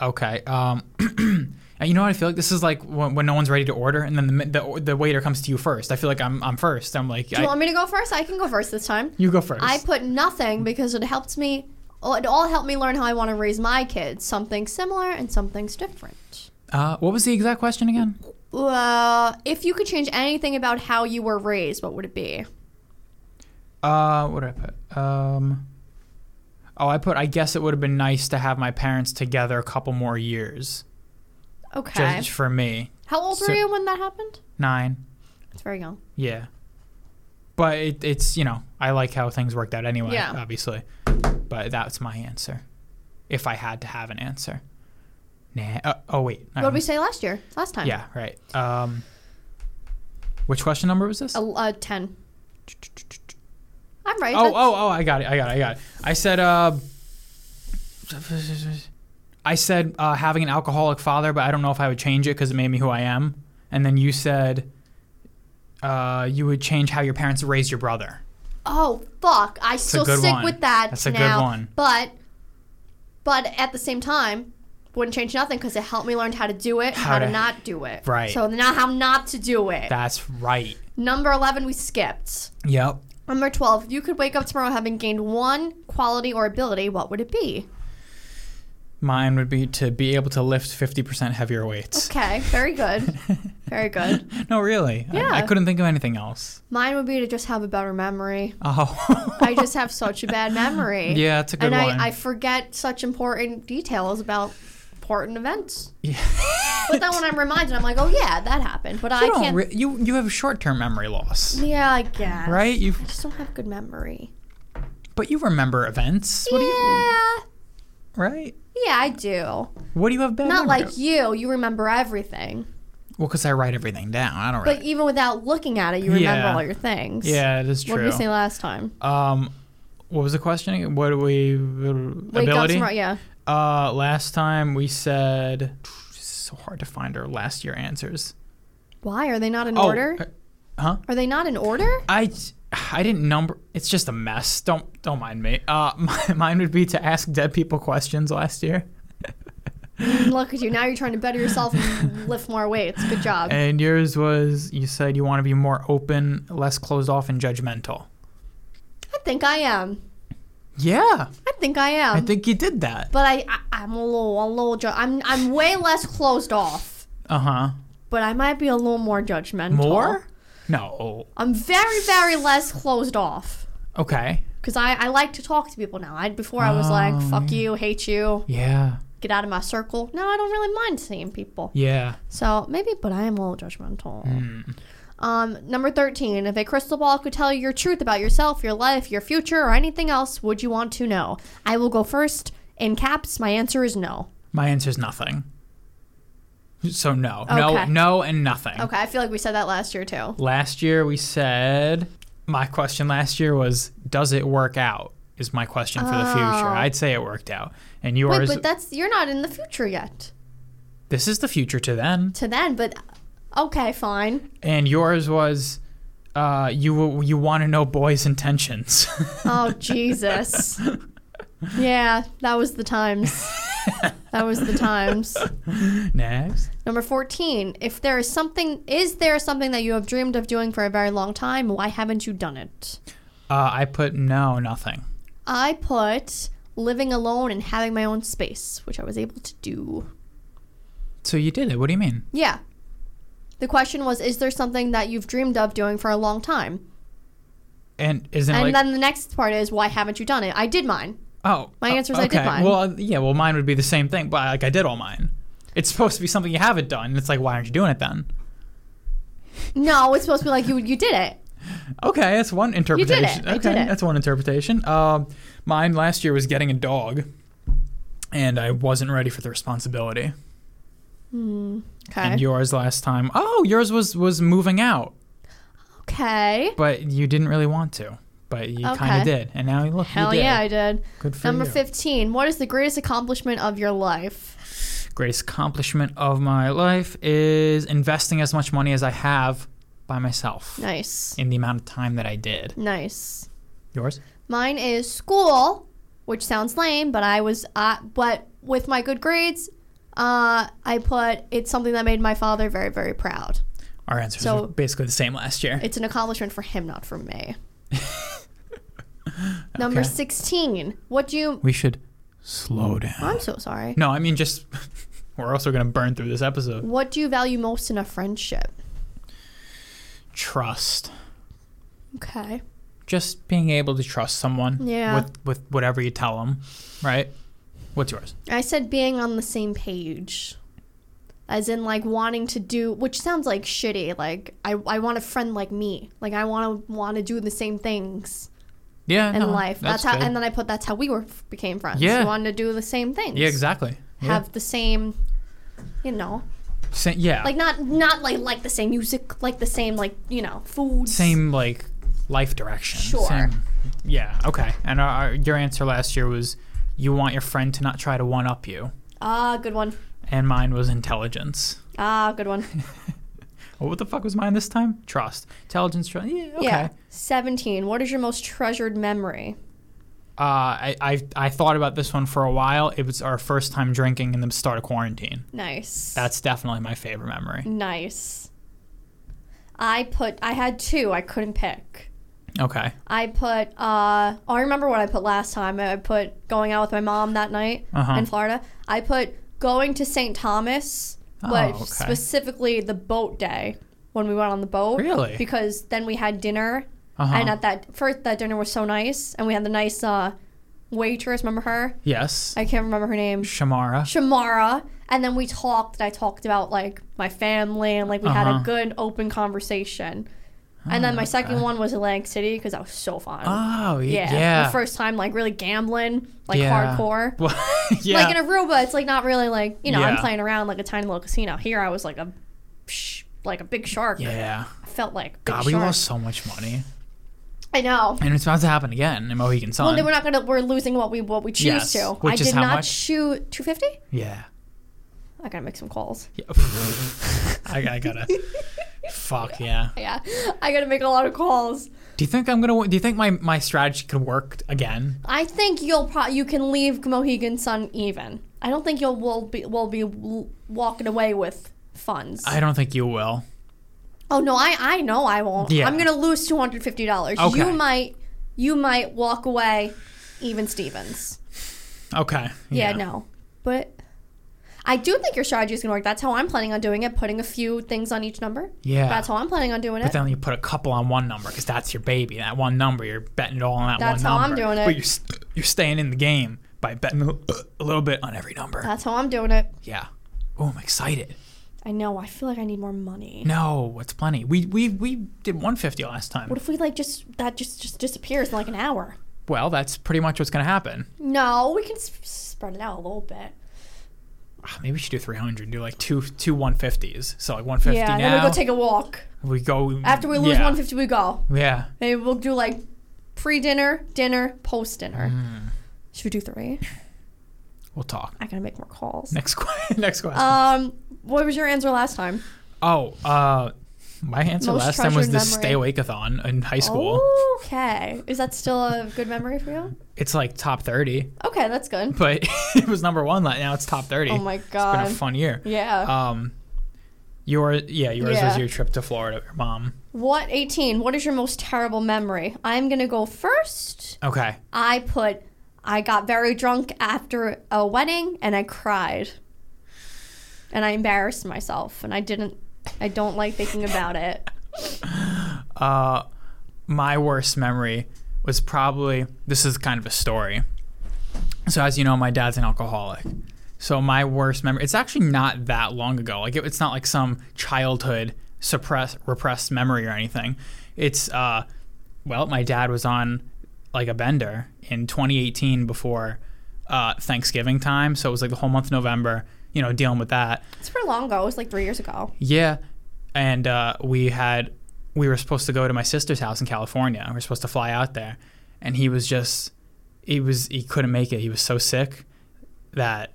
A: Okay. Um, and you know what I feel like? This is like when, when no one's ready to order, and then the, the the waiter comes to you first. I feel like I'm I'm first. I'm like,
B: Do you
A: I-
B: want me to go first? I can go first this time.
A: you go first.
B: I put nothing because it helped me. oh, It all helped me learn how I want to raise my kids. Something similar and something's different.
A: Uh, what was the exact question again?
B: Well, if you could change anything about how you were raised, what would it be?
A: Uh, what did I put? Um, oh, I put. I guess it would have been nice to have my parents together a couple more years,
B: Okay.
A: just for me.
B: how old
A: so-
B: were you when that happened?
A: Nine,
B: It's very young.
A: yeah. But it, it's you know I like how things worked out anyway.
B: Yeah.
A: Obviously, but that's my answer. If I had to have an answer, nah. Uh, oh wait.
B: What did we say last year? Last time?
A: yeah. Right. Um. Which question number was this?
B: A, a 10. I'm right.
A: Oh,
B: that's-
A: oh, oh! I got it! I got it! I got it! I said, uh, I said uh, having an alcoholic father, but I don't know if I would change it because it made me who I am. And then you said, uh, you would change how your parents raised your brother.
B: Oh, fuck. I still
A: good
B: stick
A: one.
B: with that
A: That's a good
B: now.
A: one.
B: But, but at the same time, wouldn't change nothing because it helped me learn how to do it and how,
A: How
B: to,
A: to-
B: not do it.
A: Right.
B: So now how not to do it.
A: That's right.
B: Number 11, we skipped.
A: Yep.
B: Number 12, if you could wake up tomorrow having gained one quality or ability, what would it be?
A: Mine would be to be able to lift fifty percent heavier weights.
B: Okay, very good. very good.
A: No, really. I- I,
B: Yeah.
A: couldn't think of anything else.
B: Mine would be to just have a better memory.
A: Oh,
B: I just have such a bad memory.
A: yeah, that's a good
B: and
A: one.
B: I, I forget such important details about important events.
A: Yeah.
B: But then when I'm reminded, I'm like, oh yeah, that happened. But I
A: you, don't
B: can't.
A: re- you you have short-term memory loss,
B: yeah, I guess.
A: right? You
B: I just don't have good memory.
A: but you remember events. What
B: yeah.
A: do you right?
B: yeah, I do.
A: What do you have bad?
B: Not
A: memory
B: like
A: of?
B: you. You remember everything.
A: well, because I write everything down. I don't.
B: But
A: write.
B: even without looking at it, you remember
A: Yeah.
B: all your things.
A: Yeah, it is
B: What
A: true.
B: did we say last time?
A: Um, what was the question? again? What do we
B: Wake up
A: ability?
B: tomorrow. Yeah.
A: Uh, last time we said so hard to find our last year answers.
B: Why are they not in
A: Oh,
B: order?
A: uh, huh?
B: Are they not in order?
A: I I didn't number. It's just a mess. Don't don't mind me. Uh, my, mine would be to ask dead people questions last year,
B: Look at you. Now you're trying to better yourself and lift more weights. Good job.
A: and yours was you said you want to be more open, less closed off, and judgmental.
B: I think I am.
A: Yeah,
B: I think I am.
A: I think you did that.
B: but I, I I'm a little a little ju- I'm I'm way less closed off.
A: Uh huh.
B: But I might be a little more judgmental.
A: More? No.
B: I'm very very less closed off.
A: Okay.
B: Cause I, I like to talk to people now. I before I was
A: Oh,
B: like fuck you, hate you,
A: Yeah.
B: get out of my circle. Now I don't really mind seeing people.
A: Yeah.
B: So maybe, but I am a little judgmental. Um, number 13. If a crystal ball could tell you your truth about yourself, your life, your future, or anything else, would you want to know? I will go first. In caps, my answer is no.
A: My answer's nothing. So no, no,
B: Okay.
A: no, and nothing.
B: Okay, I feel like we said that last year too.
A: Last year we said my question last year was does it work out? Is my question for the future.
B: Oh.
A: I'd say it worked out. And yours
B: Wait, but that's you're not in the future yet.
A: this is the future to then.
B: To then, but okay, fine.
A: And yours was uh, you you want to know boys' intentions.
B: Oh Jesus. yeah, that was the times. that was the times.
A: Next.
B: Number 14. If there is something, is there something that you have dreamed of doing for a very long time? Why haven't you done it?
A: Uh, I put no, nothing.
B: I put living alone and having my own space, which I was able to do.
A: So you did it. What do you mean?
B: Yeah. The question was, is there something that you've dreamed of doing for a long time?
A: And isn't it
B: And
A: like
B: then the next part is, why haven't you done it? I did mine.
A: oh
B: my
A: uh,
B: answer is I did
A: okay.
B: mine.
A: Well, uh, yeah. Well, mine would be the same thing, but like I did all mine. It's supposed to be something you haven't done. and It's like why aren't you doing it then?
B: No, it's supposed to be like you you did it.
A: Okay, that's one
B: did it.
A: interpretation.
B: I
A: Okay,
B: did it.
A: that's one interpretation. Um, mine last year was getting a dog, and I wasn't ready for the responsibility.
B: Okay.
A: And yours last time, oh, yours was was moving out,
B: okay.
A: but you didn't really want to, but you kind
B: Okay.
A: of did, and now you look.
B: Hell
A: you did.
B: yeah, I did.
A: Good for
B: Number
A: you.
B: 15. What is the greatest accomplishment of your life?
A: Greatest accomplishment of my life is investing as much money as I have by myself
B: Nice.
A: in the amount of time that I did.
B: Nice.
A: Yours?
B: Mine is school, which sounds lame, but I was, uh, but with my good grades, uh, I put it's something that made my father very, very proud.
A: Our answers
B: So-
A: were basically the same last year.
B: It's an accomplishment for him, not for me. Number
A: Okay.
B: 16. What do you.
A: we should slow down.
B: I'm so sorry.
A: No, I mean just we're also gonna burn through this episode.
B: What do you value most in a friendship?
A: Trust.
B: Okay.
A: Just being able to trust someone.
B: Yeah.
A: With with whatever you tell them, right? What's yours?
B: I said being on the same page. As in, like, wanting to do, which sounds like shitty. Like, I, I want a friend like me. Like, I want to want to do the same things.
A: Yeah.
B: in
A: no,
B: life. That's, how,
A: Uh-huh. good.
B: and then I put that's how we were became friends.
A: Yeah.
B: we wanted to do the same things.
A: yeah, exactly. Yeah.
B: Have the same, you know,
A: Sa- yeah.
B: like not not like like the same music, like the same like you know foods.
A: same like life direction.
B: Sure.
A: Same- yeah. Okay. And our, our, your answer last year was, you want your friend to not try to one up you,
B: Ah, good one.
A: and mine was intelligence.
B: Ah, good one.
A: Oh, what the fuck was mine this time? Trust, intelligence, trust. Yeah. Okay.
B: Yeah. Seventeen. What is your most treasured memory?
A: Uh, I, I I thought about this one for a while. It was our first time drinking in the start of quarantine.
B: Nice.
A: That's definitely my favorite memory.
B: nice. I put. I had two. I couldn't pick.
A: Okay.
B: I put. Uh, oh, I remember what I put last time. I put going out with my mom that night
A: Uh-huh.
B: in Florida. I put going to St. Thomas, but
A: Oh, okay.
B: specifically the boat day when we went on the boat.
A: Really?
B: Because then we had dinner,
A: Uh-huh.
B: and at that first that dinner was so nice, and we had the nice uh, waitress. Remember her?
A: Yes.
B: I can't remember her name.
A: Shamara.
B: Shamara. And then we talked, and I talked about like my family, and like we had
A: Uh-huh.
B: a good open conversation. And then my second one was Atlantic City because that was so fun.
A: Oh, y-
B: yeah.
A: yeah.
B: The first time like really gambling, like
A: Yeah.
B: hardcore.
A: Well, yeah.
B: Like in Aruba, it's like not really like you know I'm
A: Yeah.
B: playing around like a tiny little casino. Here I was like a, sh- like a big shark.
A: yeah.
B: I felt like a big
A: God, we
B: shark.
A: lost so much money.
B: I know.
A: And it's about to happen again in Mohegan Sun.
B: Well, no, we're not gonna. We're losing what we what we choose
A: Yes.
B: to.
A: Which
B: I
A: is
B: did
A: how
B: not
A: much?
B: shoot two fifty.
A: yeah.
B: I gotta make some calls.
A: yeah. I, I gotta. fuck, yeah.
B: Yeah, I gotta make a lot of calls.
A: Do you think I'm gonna? Do you think my my strategy could work again?
B: I think you'll pro- you can leave Mohegan Sun even. I don't think you'll will be will be l- walking away with funds.
A: I don't think you will.
B: oh no, I I know I won't.
A: Yeah.
B: I'm gonna lose two hundred fifty dollars.
A: Okay.
B: You might you might walk away, even Stevens.
A: Okay.
B: Yeah, no. But I do think your strategy is going to work. That's how I'm planning on doing it, putting a few things on each number.
A: Yeah.
B: That's how I'm planning on doing
A: But
B: it.
A: then you put a couple on one number because that's your baby. That one number, you're betting it all on that
B: That's
A: one
B: how I'm
A: number.
B: doing it.
A: But you're st- you're staying in the game by betting a little bit on every number.
B: That's how I'm doing it.
A: yeah. Oh, I'm excited.
B: I know. I feel like I need more money.
A: No, it's plenty. We we we did 150 last time.
B: What if we like just that just just disappears in like an hour?
A: Well, that's pretty much what's gonna happen.
B: No, we can sp- spread it out a little bit.
A: Ah, Maybe we should do 300. Do like two two 150s. So like 150
B: yeah,
A: now.
B: and then we go take a walk.
A: we go
B: After we lose
A: yeah.
B: 150, we go.
A: Yeah.
B: Maybe we'll do like pre-dinner, dinner, post-dinner.
A: Mm.
B: Should we do three?
A: We'll talk.
B: I gotta make more calls.
A: Next question. Next question.
B: Um, what was your answer last time?
A: Oh, uh, my answer
B: Most
A: last time was the
B: treasured
A: Stay
B: memory. Oh.
A: Awake-a-thon in high school.
B: Okay. Is that still a good memory for you?
A: It's like top 30,
B: Okay, that's good.
A: but it was number one. like, Now it's top 30.
B: Oh my
A: It's been a
B: god.
A: fun year.
B: yeah.
A: Um, your yeah, yours
B: Yeah.
A: was your trip to Florida with your mom.
B: what 18? What is your most terrible memory? I'm going to go first.
A: Okay.
B: I put I got very drunk after a wedding and I cried. And I embarrassed myself and I didn't I don't like thinking about it.
A: Uh, my worst memory was probably this is kind of a story. So as you know, my dad's an alcoholic. So my worst memory it's actually not that long ago. Like it, it's not like some childhood suppressed repressed memory or anything. It's uh well, my dad was on like a bender in 2018 before uh, Thanksgiving time, so it was like the whole month of November, you know, dealing with that.
B: It's pretty long ago. It was like 3 years ago.
A: Yeah, and uh, we had we were supposed to go to my sister's house in California. We were supposed to fly out there, and he was just he was he couldn't make it. He was so sick that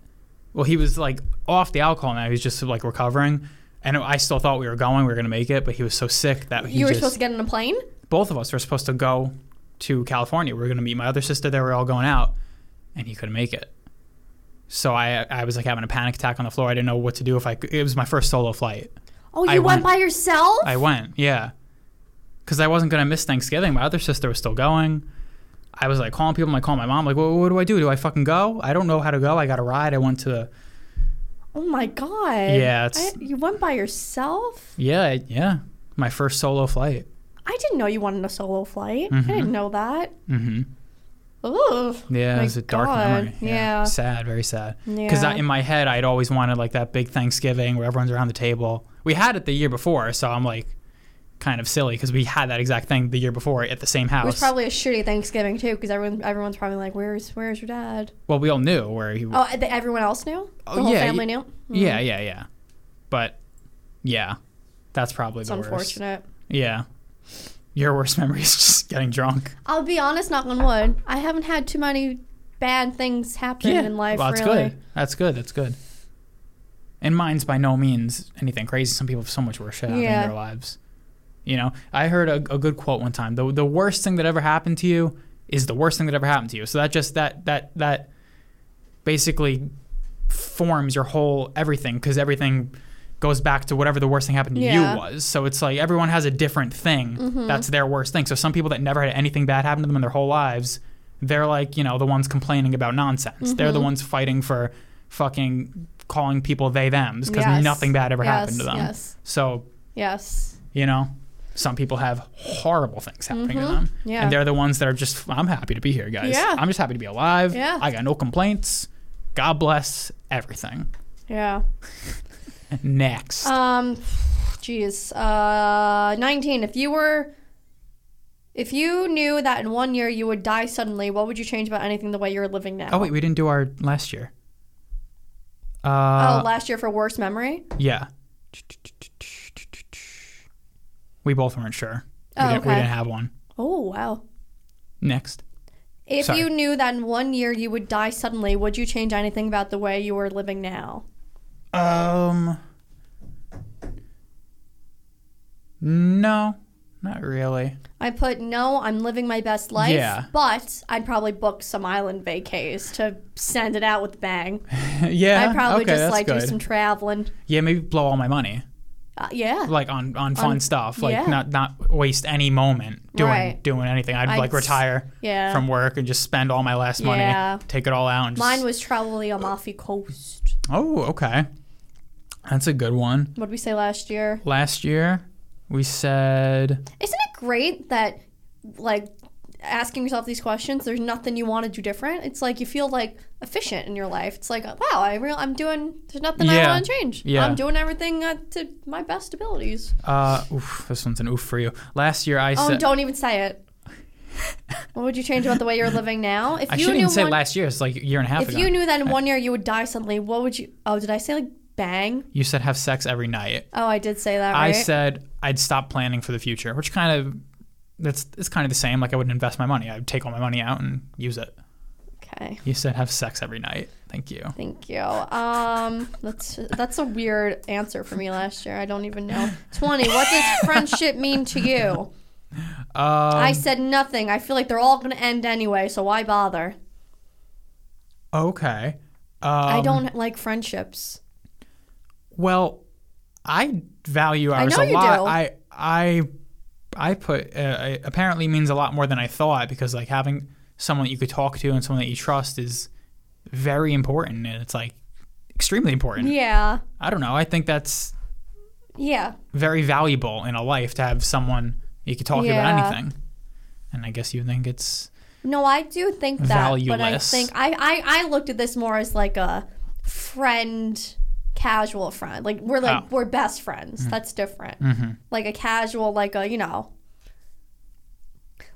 A: well he was like off the alcohol now. He was just like recovering. And I still thought we were going, we were gonna make it, but he was so sick that he
B: you were
A: just,
B: supposed to get on a plane?
A: both of us were supposed to go to California. We were gonna meet my other sister there. We were all going out, and he couldn't make it. So I I was like having a panic attack on the floor. I didn't know what to do if I could. It was my first solo flight.
B: Oh, you
A: I
B: went
A: went-
B: by yourself?
A: I went, yeah. Because I wasn't going to miss Thanksgiving. My other sister was still going. I was like calling people. I called my mom, like, well, what do I do? Do I fucking go? I don't know how to go. I got a ride. I went to the,
B: oh my god.
A: Yeah, it's-
B: I- you went by yourself?
A: yeah, I- yeah, my first solo flight.
B: I didn't know you wanted a solo flight.
A: Mhm.
B: I didn't know that.
A: hmm
B: Ooh.
A: Yeah,
B: My
A: it was a dark
B: God,
A: memory.
B: yeah.
A: Sad, very sad. Because
B: Yeah.
A: in my head, I'd always wanted like that big Thanksgiving where everyone's around the table. We had it the year before, so I'm like kind of silly because we had that exact thing the year before at the same
B: It was
A: house.
B: probably a shitty Thanksgiving too, because everyone everyone's probably like, "Where's where's your dad?"
A: well, we all knew where he
B: Oh, and the, everyone else knew. The
A: Oh,
B: whole
A: yeah,
B: family knew. Hmm.
A: Yeah,
B: Mm.
A: yeah, yeah. But yeah, that's probably
B: It's
A: the worst.
B: unfortunate.
A: Yeah, your worst memory is just getting drunk.
B: I'll be honest, knock on wood. I haven't had too many bad things happen
A: yeah,
B: in life.
A: well, that's
B: really.
A: good. That's good. That's good. And mine's by no means anything crazy. Some people have so much worse shit happening
B: Yeah.
A: in their lives. You know, I heard a, a good quote one time. The the worst thing that ever happened to you is the worst thing that ever happened to you. So that just that that that basically forms your whole everything because everything goes back to whatever the worst thing happened to
B: Yeah.
A: you was. So it's like everyone has a different thing
B: Mm-hmm.
A: that's their worst thing. So some people that never had anything bad happen to them in their whole lives, they're like, you know, the ones complaining about nonsense. They're
B: Mm-hmm.
A: the ones fighting for fucking calling people they thems because
B: Yes.
A: nothing bad ever
B: yes,
A: happened to them.
B: Yes.
A: So,
B: Yes.
A: you know, Some people have horrible things happening to them.
B: Mm-hmm. Yeah.
A: And they're the ones that are just, I'm happy to be here, guys.
B: Yeah.
A: I'm just happy to be alive.
B: Yeah.
A: I got no complaints. God bless everything.
B: Yeah.
A: Next.
B: Um, geez. Uh, 19. If you were. If you knew that in one year you would die suddenly, what would you change about anything the way you're living now?
A: oh, wait, we didn't do our last year.
B: Oh,
A: Uh,
B: last year for worst memory?
A: yeah. We both weren't sure. We,
B: Oh,
A: didn't, we
B: okay.
A: didn't have one.
B: Oh, wow.
A: Next.
B: If
A: Sorry.
B: you knew that in one year you would die suddenly, would you change anything about the way you were living now?
A: Um. No, not really.
B: I put no, I'm living my best life,
A: Yeah.
B: but I'd probably book some island vacays to send it out with a bang.
A: yeah,
B: I'd probably
A: okay,
B: just
A: that's
B: like
A: good.
B: do some traveling.
A: Yeah, maybe blow all my money,
B: Uh, yeah.
A: like on on fun
B: On-
A: stuff, like
B: yeah.
A: not not waste any moment doing
B: Right.
A: doing anything. I'd,
B: I'd
A: like
B: s-
A: retire
B: yeah.
A: from work and just spend all my last money,
B: Yeah.
A: take it all out. And just,
B: Mine was probably Amalfi Coast.
A: oh, okay, that's a good one.
B: What did we say last year?
A: Last year, we said
B: Isn't it great that, like, asking yourself these questions, there's nothing you want to do different? It's like you feel, like, efficient in your life. It's like, wow, I real, I'm doing, there's nothing I
A: Yeah.
B: want to change.
A: Yeah.
B: I'm doing everything uh, to my best abilities.
A: uh, oof, this one's an oof for you. Last year, I
B: Oh,
A: said.
B: don't even say it. what would you change about the way you're living now? If
A: I
B: you
A: shouldn't
B: knew
A: even say
B: one,
A: last year. It's like a year and a half
B: if
A: ago.
B: you knew that in one year you would die suddenly, what would you? Oh, did I say like bang?
A: you said have sex every night.
B: Oh, I did say that. Right?
A: I said I'd stop planning for the future, which kind of that's it's kind of the same. Like I wouldn't invest my money. I'd take all my money out and use it.
B: Okay.
A: You said have sex every night. Thank you.
B: Thank you. Um, that's that's a weird answer for me last year. I don't even know. Twenty. What does friendship mean to you? I
A: Um,
B: said nothing. I feel like they're all gonna end anyway, so why bother?
A: okay. Um,
B: I don't like friendships.
A: Well, I value ours
B: know
A: a
B: you
A: lot.
B: do.
A: I I I put uh, I- apparently means a lot more than I thought because like having someone that you could talk to and someone that you trust is very important and it's like extremely important.
B: Yeah.
A: I don't know. I think that's
B: Yeah.
A: very valuable in a life to have someone you could talk to
B: Yeah.
A: about anything. And I guess you think it's
B: No, I do think that, but I
A: Valueless.
B: think I, I I looked at this more as like a friend, casual friend. Like we're like
A: Oh. Mm-hmm.
B: we're best friends. That's different. Like a casual, like a you know,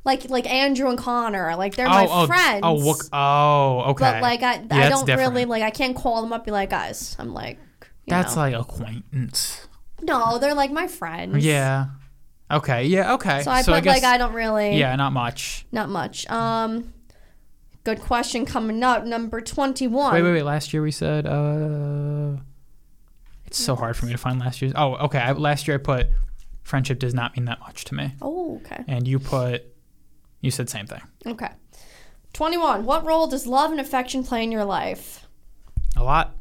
B: like like Andrew and Connor. Like they're my
A: oh
B: friends.
A: oh what, oh okay.
B: But like I I
A: that's
B: don't really like I can't call them up and be like guys. I'm like you
A: That's
B: know.
A: like acquaintance.
B: no, they're like my friends.
A: Yeah. Okay. Yeah. Okay.
B: So I put like I don't really.
A: yeah, not much.
B: Not much. Um. Good question coming up. Number twenty-one.
A: Wait, wait, wait. Last year we said uh, it's so hard for me to find last year's. Oh, okay. I, last year I put friendship does not mean that much to me,
B: Oh, okay.
A: and you put you said same thing.
B: Okay. 21. What role does love and affection play in your life?
A: A lot.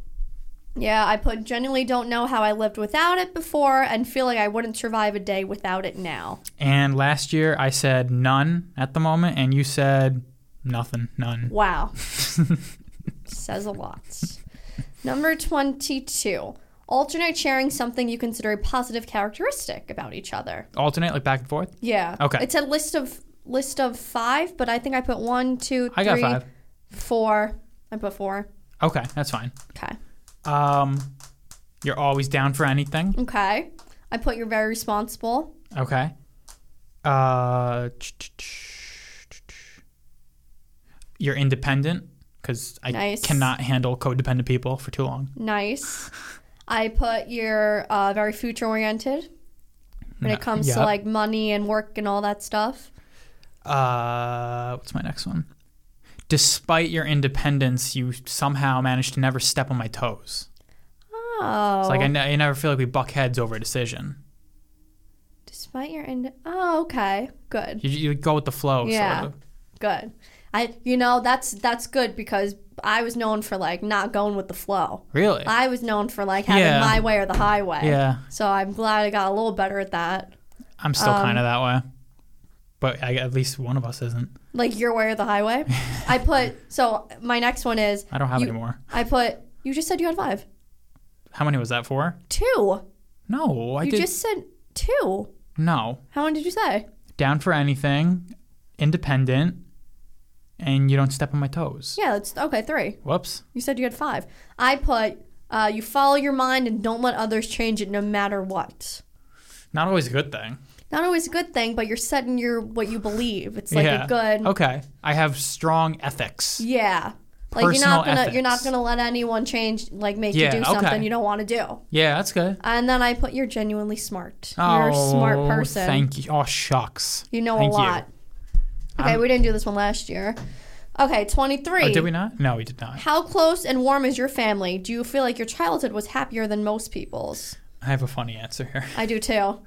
B: Yeah, I put genuinely don't know how I lived without it before and feel like I wouldn't survive a day without it now.
A: And last year I said none at the moment, and you said nothing, none.
B: Wow. Says a lot. Number 22. Alternate sharing something you consider a positive characteristic about each other.
A: Alternate, like back and forth.
B: Yeah.
A: Okay.
B: It's a list of list of five, but I think I put one, two,
A: I got
B: three,
A: five.
B: four. I put four.
A: Okay, that's fine.
B: Okay.
A: Um, you're always down for anything.
B: Okay. I put you're very responsible.
A: Okay. Uh, ch- ch- ch- ch- ch- you're independent because I
B: Nice.
A: cannot handle codependent people for too long.
B: Nice. I put you're uh, very future oriented when it
A: No,
B: comes to
A: yeah.
B: like money and work and all that stuff.
A: Uh, what's my next one? Despite your independence, you somehow manage to never step on my toes.
B: Oh,
A: It's like I, ne- I never feel like we buck heads over a decision.
B: despite your end. Oh, okay, good,
A: You, you go with the flow,
B: Yeah.
A: sort of.
B: good. I, you know, that's that's good because I was known for like not going with the flow.
A: Really?
B: I was known for like having
A: Yeah.
B: my way or the highway.
A: yeah,
B: So I'm glad I got a little better at that.
A: I'm still
B: Um,
A: kind of that way. But I, at least one of us isn't.
B: Like your way or the highway. I put so my next one is
A: I don't have
B: you-
A: any more.
B: I put you just said you had five
A: How many was that for?
B: two.
A: No, I
B: you
A: did.
B: just said two.
A: No.
B: How long did you say?
A: Down for anything, independent, and you don't step on my toes.
B: Yeah, that's okay. Three.
A: Whoops.
B: You said you had five. I put uh, you follow your mind and don't let others change it no matter what.
A: Not always a good thing.
B: Not always a good thing, but you're setting your what you believe. It's like
A: yeah.
B: a good
A: Okay. I have strong ethics.
B: yeah. Like you're
A: Personal
B: not gonna you're not
A: ethics.
B: gonna let anyone change like make
A: Yeah,
B: you do something
A: okay.
B: you don't want to do.
A: Yeah, that's good.
B: And then I put you're genuinely smart.
A: Oh,
B: you're a smart person.
A: Thank you. Oh, shucks.
B: you know
A: Thank
B: a
A: you.
B: lot. Okay,
A: I'm-
B: we didn't do this one last year. Okay, twenty three.
A: Oh, did we not? No, we did not.
B: How close and warm is your family? Do you feel like your childhood was happier than most people's?
A: I have a funny answer here.
B: I do too.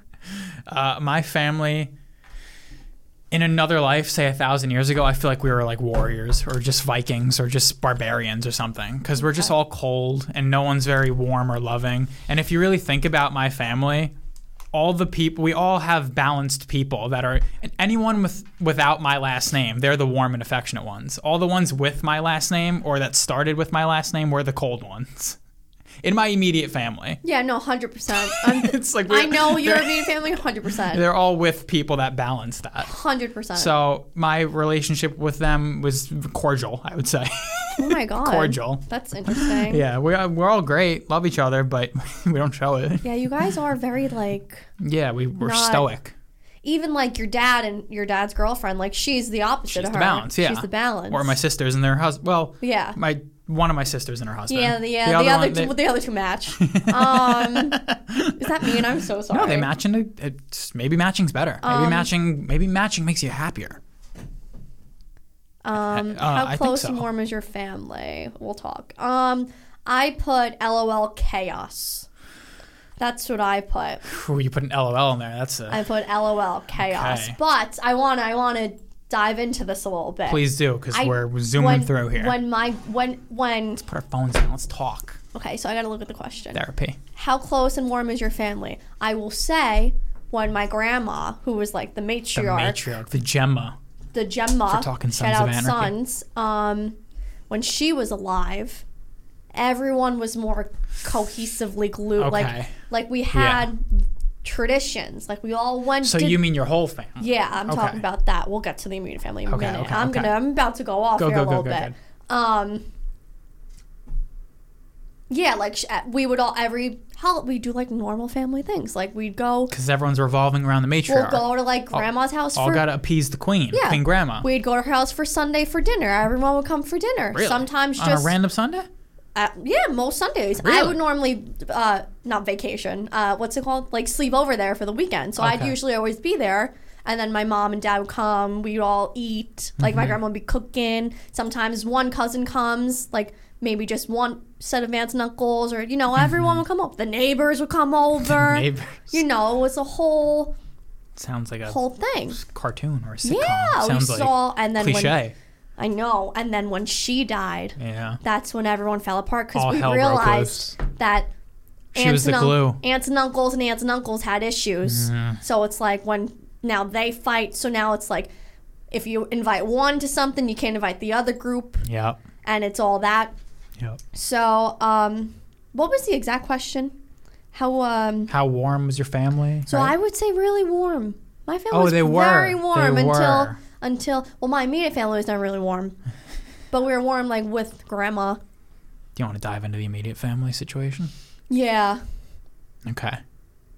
A: Uh, my family, in another life, say a thousand years ago, I feel like we were like warriors or just Vikings or just barbarians or something because we're just all cold and no one's very warm or loving. And if you really think about my family, all the people we all have balanced people that are and anyone with without my last name they're the warm and affectionate ones all the ones with my last name or that started with my last name were the cold ones in my immediate family
B: Yeah, no, hundred percent. I
A: it's like we're-
B: know
A: they're-
B: European family, hundred percent,
A: they're all with people that balance that.
B: hundred percent.
A: So my relationship with them was cordial, I would say.
B: Oh my god,
A: cordial.
B: That's interesting.
A: yeah, we are, we're all great, love each other, but we don't show it.
B: Yeah, you guys are very like
A: Yeah, we, we're
B: Not-
A: stoic.
B: even like your dad and your dad's girlfriend. Like she's the opposite
A: She's
B: of
A: the
B: her.
A: balance, yeah.
B: she's the balance.
A: Or my sisters and their husband. Well,
B: yeah.
A: my one of my sisters and her husband.
B: Yeah, the, yeah, the, other,
A: one,
B: two,
A: they-
B: well, the other two match. Um, is that mean? I'm so sorry.
A: no, they match, and it- it's, maybe matching's better. maybe matching, maybe matching makes you happier.
B: Um,
A: Uh, I
B: how
A: think
B: close
A: so.
B: and warm is your family? We'll talk. Um, I put LOL chaos. That's what I put.
A: Ooh, you put an LOL in there. That's uh, a,
B: I put LOL chaos.
A: Okay.
B: But I want to I want to dive into this a little bit.
A: please do because
B: I-
A: we're zooming
B: when-
A: through here.
B: When my when when
A: put our phones down. Let's talk
B: okay, so I got to look at the question.
A: therapy.
B: How close and warm is your family? I will say when my grandma, who was like the
A: The
B: matriarch,
A: matriarch, the Gemma.
B: the Gemma,
A: For talking
B: shout
A: Sons of
B: out
A: Anarchy.
B: Sons, um, when she was alive, everyone was more cohesively glued. Like,
A: Okay.
B: like we had traditions. Like we all went.
A: So
B: to,
A: you mean your whole family?
B: Yeah, I'm
A: Okay.
B: talking about that. We'll get to the immune family in a
A: Okay,
B: minute.
A: okay,
B: I'm
A: okay.
B: gonna. I'm about to go off
A: Go,
B: here
A: go,
B: a
A: go,
B: little
A: go,
B: bit. Um. Yeah, like sh- uh, we would all every hell we do like normal family things. Like we'd go,
A: because everyone's revolving around the
B: we'll
A: matriarch.
B: go to like grandma's house
A: All
B: for
A: gotta appease the queen,
B: Yeah.
A: queen grandma.
B: We'd go to her house for Sunday for dinner. Everyone would come for dinner.
A: Really?
B: Sometimes
A: on
B: just
A: a random Sunday.
B: uh, yeah, most Sundays. I
A: Really?
B: would normally uh, not vacation. Uh, what's it called? Like sleep over there for the weekend. So I'd
A: Okay.
B: usually always be there. And then my mom and dad would come. We'd all eat. Like
A: Mm-hmm.
B: my grandma would be cooking. Sometimes one cousin comes. Like maybe just one set of aunts and uncles, or you know, everyone would come over. The neighbors would come over.
A: Mm-hmm. Neighbors.
B: You know, it was a whole
A: Sounds like a
B: whole thing.
A: cartoon or a sitcom.
B: Yeah, we
A: Sounds like
B: saw. And then when
A: cliche.
B: I know. And then when she died,
A: yeah.
B: that's when everyone fell apart
A: All
B: because we
A: hell broke
B: realized that
A: She was the
B: and
A: glue.
B: aunts and uncles and aunts and uncles had issues. So it's like when now they fight. So now it's like if you invite one to something, you can't invite the other group,
A: Yep.
B: and it's all that.
A: Yep.
B: So, um, what was the exact question? How? Um,
A: How warm was your family?
B: so I would say really warm. My family
A: Oh,
B: was
A: they were.
B: very
A: They
B: warm until
A: were.
B: until well, my immediate family was not really warm, but we were warm like with grandma.
A: Do you want to dive into the immediate family situation?
B: Yeah.
A: Okay.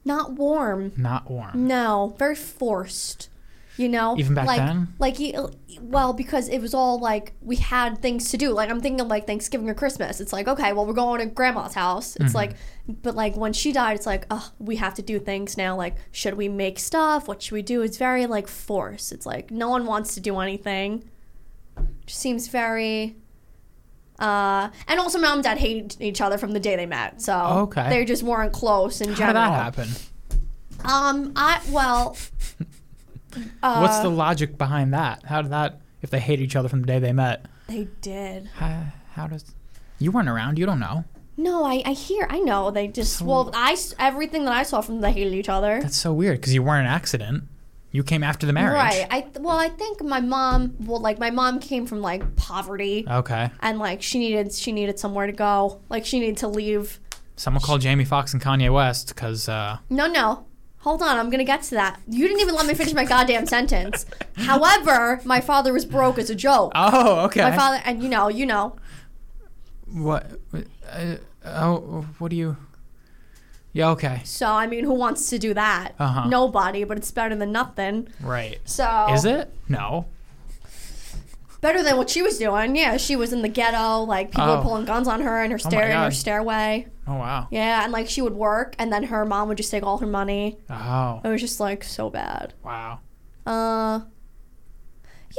B: not warm.
A: Not
B: Mm,
A: warm.
B: No, very forced. You know,
A: Even back
B: like,
A: then?
B: like you- well, because it was all like we had things to do. Like I'm thinking of like Thanksgiving or Christmas. It's like okay, well we're going to grandma's house.
A: Mm-hmm.
B: It's like, but like when she died, it's like oh we have to do things now. Like should we make stuff? What should we do? It's very like forced. It's like no one wants to do anything. Just seems very. Uh, and also, mom and dad hated each other from the day they met, so
A: Oh, Okay.
B: they just weren't close in
A: How did
B: general.
A: that happen?
B: Um, I well, uh,
A: What's the logic behind that? How did that? If they hate each other from the day they met,
B: they did.
A: how, how does? You weren't around. You don't know.
B: No, I I hear I know they just well I s- everything that I saw from them, they hated each other.
A: That's so weird because you weren't an accident. You came after the marriage.
B: Right. I th- well I think my mom well like my mom came from like poverty
A: Okay.
B: and like she needed she needed somewhere to go like she needed to leave.
A: Someone called Jamie Foxx and Kanye West because uh,
B: No, no. Hold on, I'm gonna get to that. You didn't even let me finish my goddamn sentence. However, my father was broke as a joke.
A: Oh, okay.
B: My father, and you know, you know,
A: What? Uh, oh, what do you? Yeah. Okay.
B: So I mean, who wants to do that?
A: Uh-huh.
B: Nobody, but it's better than nothing.
A: Right.
B: So
A: Is it? No.
B: better than what she was doing? Yeah, she was in the ghetto. Like people
A: Oh.
B: were pulling guns on her in her stair in her
A: God.
B: stairway.
A: Oh wow.
B: Yeah, and like she would work, and then her mom would just take all her money.
A: Oh
B: It was just like so bad.
A: wow.
B: Uh.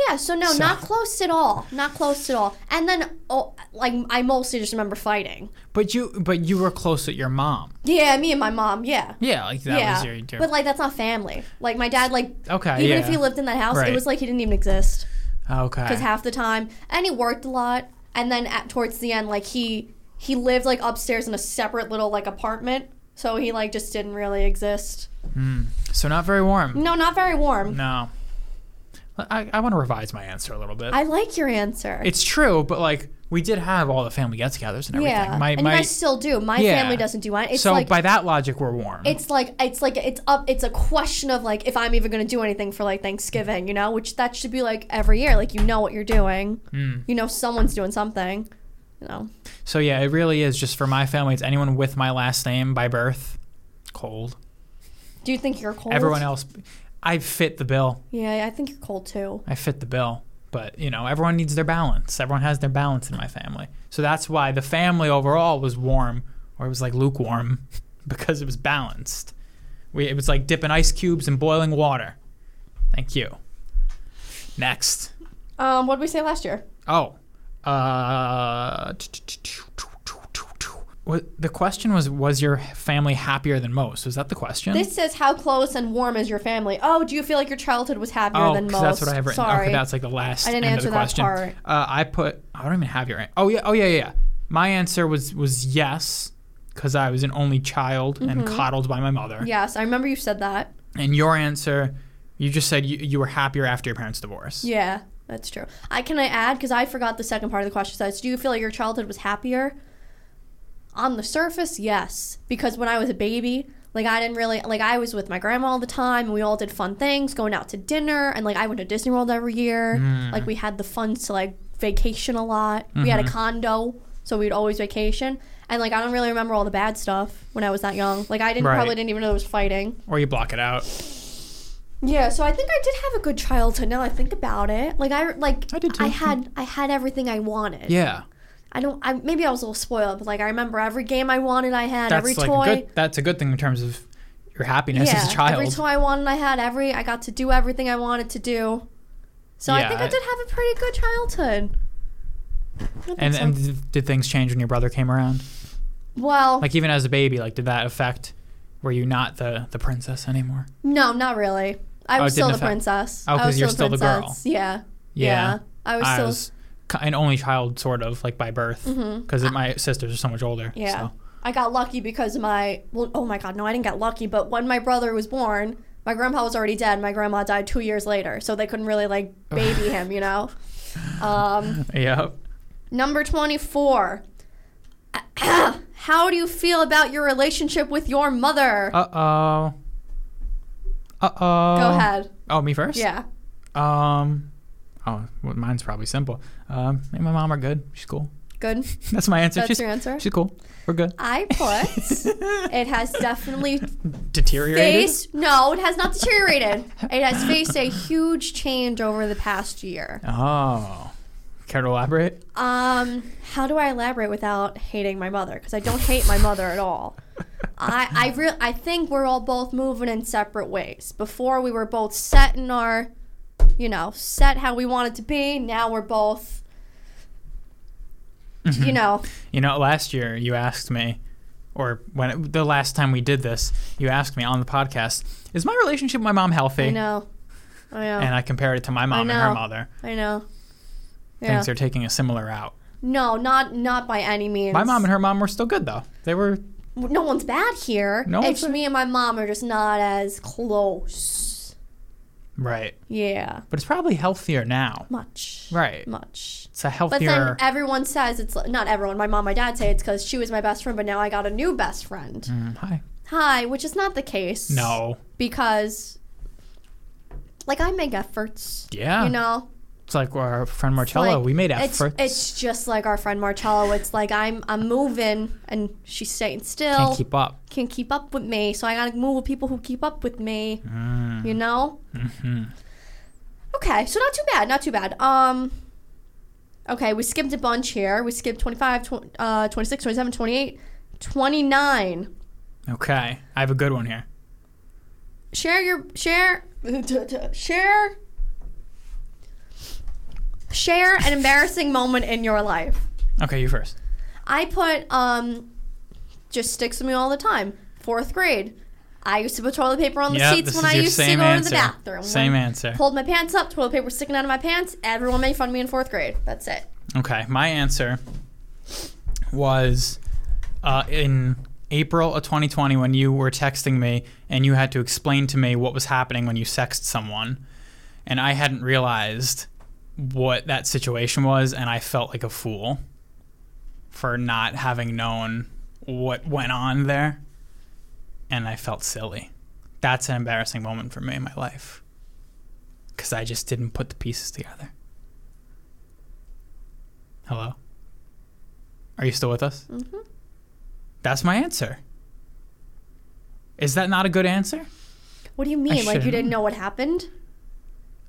B: Yeah, so no,
A: So-
B: not close at all. Not close at all. And then, oh, like, I mostly just remember fighting.
A: But you, but you were close with your mom.
B: Yeah, me and my mom. Yeah.
A: Yeah, like that
B: yeah.
A: was your. your
B: But like, that's not family. Like, my dad, like,
A: okay.
B: even
A: yeah.
B: if he lived in that house,
A: Right.
B: it was like he didn't even exist.
A: okay.
B: because half the time and he worked a lot and then at towards the end like he he lived like upstairs in a separate little like apartment so he like just didn't really exist
A: so not very warm.
B: no not very warm
A: No. I, I want to revise my answer a little bit.
B: i like your answer
A: it's true, but like we did have all the family get-togethers and everything.
B: yeah
A: My
B: and
A: my.
B: you guys still do my
A: Yeah.
B: family doesn't do it it's
A: so
B: like
A: by that logic, we're warm.
B: it's like it's like it's up it's a question of like if i'm even going to do anything for like thanksgiving you know which that should be like every year like you know what you're doing
A: Hmm.
B: you know someone's doing something you know
A: so yeah, it really is just for my family. It's anyone with my last name by birth. Cold.
B: do you think you're cold
A: Everyone else, I fit the bill.
B: yeah i think you're cold too
A: I fit the bill. But you know, everyone needs their balance. Everyone has their balance in my family. So that's why the family overall was warm, or it was like lukewarm, because it was balanced. We it was like dipping ice cubes in boiling water. Thank you. Next.
B: um what did we say last year
A: Oh. Uh, what- the question was was your family happier than most? Was that the question?
B: This says how close and warm is your family. Oh, do you feel like your childhood was happier
A: Oh,
B: than
A: 'cause
B: most?
A: that's what I have written.
B: Sorry.
A: Okay, that's like the last
B: I didn't
A: end
B: answer
A: of the
B: that
A: question.
B: part.
A: Uh, I put. I don't even have your. an- Oh yeah. Oh yeah. Yeah. yeah. My answer was was yes, because I was an only child and
B: Mm-hmm.
A: coddled by my mother.
B: yes, I remember you said that.
A: And your answer, you just said you, you were happier after your parents' divorce.
B: Yeah, that's true. I can I add because I forgot the second part of the question. Says, do you feel like your childhood was happier? On the surface, yes, because when I was a baby, like I didn't really like I was with my grandma all the time, and we all did fun things, going out to dinner, and like I went to Disney World every year. Like we had the funds to like vacation a lot. We had a condo, so we'd always vacation. And like I don't really remember all the bad stuff when I was that young. Like I didn't
A: Right.
B: probably didn't even know there was fighting.
A: Or you block it out.
B: Yeah, so I think I did have a good childhood. Now I think about it, like I like
A: I did too.
B: I had I had everything I wanted.
A: Yeah.
B: I don't. I maybe I was a little spoiled, but like I remember every game I wanted, I had
A: That's
B: every
A: like
B: toy.
A: a good. That's a good thing in terms of your happiness
B: yeah,
A: as a child.
B: every toy I wanted, I had every. I got to do everything I wanted to do. So I
A: Yeah,
B: think I
A: I-
B: did have a pretty good childhood. I think
A: and
B: so.
A: and did- did things change when your brother came around?
B: well,
A: Like even as a baby, like did that affect? Were you not the the princess anymore?
B: no, not really. I
A: Oh,
B: was
A: it
B: still the
A: didn't affect-
B: princess.
A: Oh,
B: I
A: 'cause
B: was
A: you're still the girl.
B: princess. Yeah. Yeah. I was
A: I
B: still. Mm-hmm.
A: was ki- an only child, sort of like by birth, because my sisters are so much older.
B: Yeah.
A: so.
B: I got lucky because my well oh my god, no, I didn't get lucky, but when my brother was born, my grandpa was already dead. My grandma died two years later, so they couldn't really like baby him, you know? Um,
A: Yep.
B: number twenty four. How do you feel about your relationship with your mother?
A: Uh oh. Uh oh.
B: Go ahead.
A: Oh, me first.
B: Yeah.
A: Um. Oh, well, mine's probably simple. Um, me and my mom are good. She's cool.
B: Good.
A: That's my answer.
B: That's
A: she's,
B: your answer?
A: She's cool. We're good.
B: I put it has definitely
A: Deteriorated.
B: faced no, it has not deteriorated. It has faced a huge change over the past year.
A: Oh. Care to elaborate?
B: Um, how do I elaborate without hating my mother? Because I don't hate my mother at all. I I re- I think we're all both moving in separate ways. Before we were both set in our, you know, set how we wanted to be. Now we're both,
A: Mm-hmm.
B: you know,
A: You know, last year you asked me, or when it, the last time we did this, you asked me on the podcast, is my relationship with my mom healthy?
B: I know, I know,
A: And I compared it to my mom and her
B: know.
A: mother.
B: I know. Yeah.
A: Things are taking a similar route.
B: No, not not by any means.
A: My mom and her mom were still good though. They were
B: no one's bad here.
A: No one's
B: it's me and my mom are just not as close.
A: right,
B: Yeah,
A: but it's probably healthier now.
B: much,
A: Right,
B: much.
A: it's a
B: But
A: healthier.
B: then everyone says it's not everyone. My mom, my dad say it's because she was my best friend, but now I got a new best friend.
A: Mm, hi,
B: hi, which is not the case.
A: No.
B: Because, like, I make efforts.
A: Yeah.
B: You know?
A: It's like our friend Marcello.
B: Like,
A: we made
B: it's-
A: efforts.
B: It's, just like our friend Marcello. It's like I'm I'm moving and she's staying still.
A: Can't keep up.
B: can't keep up with me, so I gotta move with people who keep up with
A: Mm.
B: me. You know?
A: Mm-hmm.
B: Okay, so not too bad, not too bad. Um, okay, we skipped a bunch here. We skipped 25, tw- uh, 26, 27, 28, 29.
A: Okay. I have a good one here.
B: Share your, share, share, share an embarrassing moment in your life.
A: Okay, you first.
B: I put um, just sticks with me all the time. Fourth grade, I used to put toilet paper on the
A: Yep,
B: seats
A: this
B: when
A: is
B: I
A: your
B: used to
A: same
B: go to
A: answer.
B: the bathroom.
A: Same
B: When I
A: answer.
B: Pulled my pants up, toilet paper was sticking out of my pants. Everyone made fun of me in fourth grade. That's it.
A: Okay, my answer was uh, in April of 2020 when you were texting me and you had to explain to me what was happening when you sexted someone, and I hadn't realized what that situation was, and I felt like a fool for not having known what went on there, and I felt silly. That's an embarrassing moment for me in my life because I just didn't put the pieces together. Hello? Are you still with us? Mm-hmm. That's my answer. Is that not a good answer?
B: What do you mean? Like
A: should've
B: you didn't know what happened?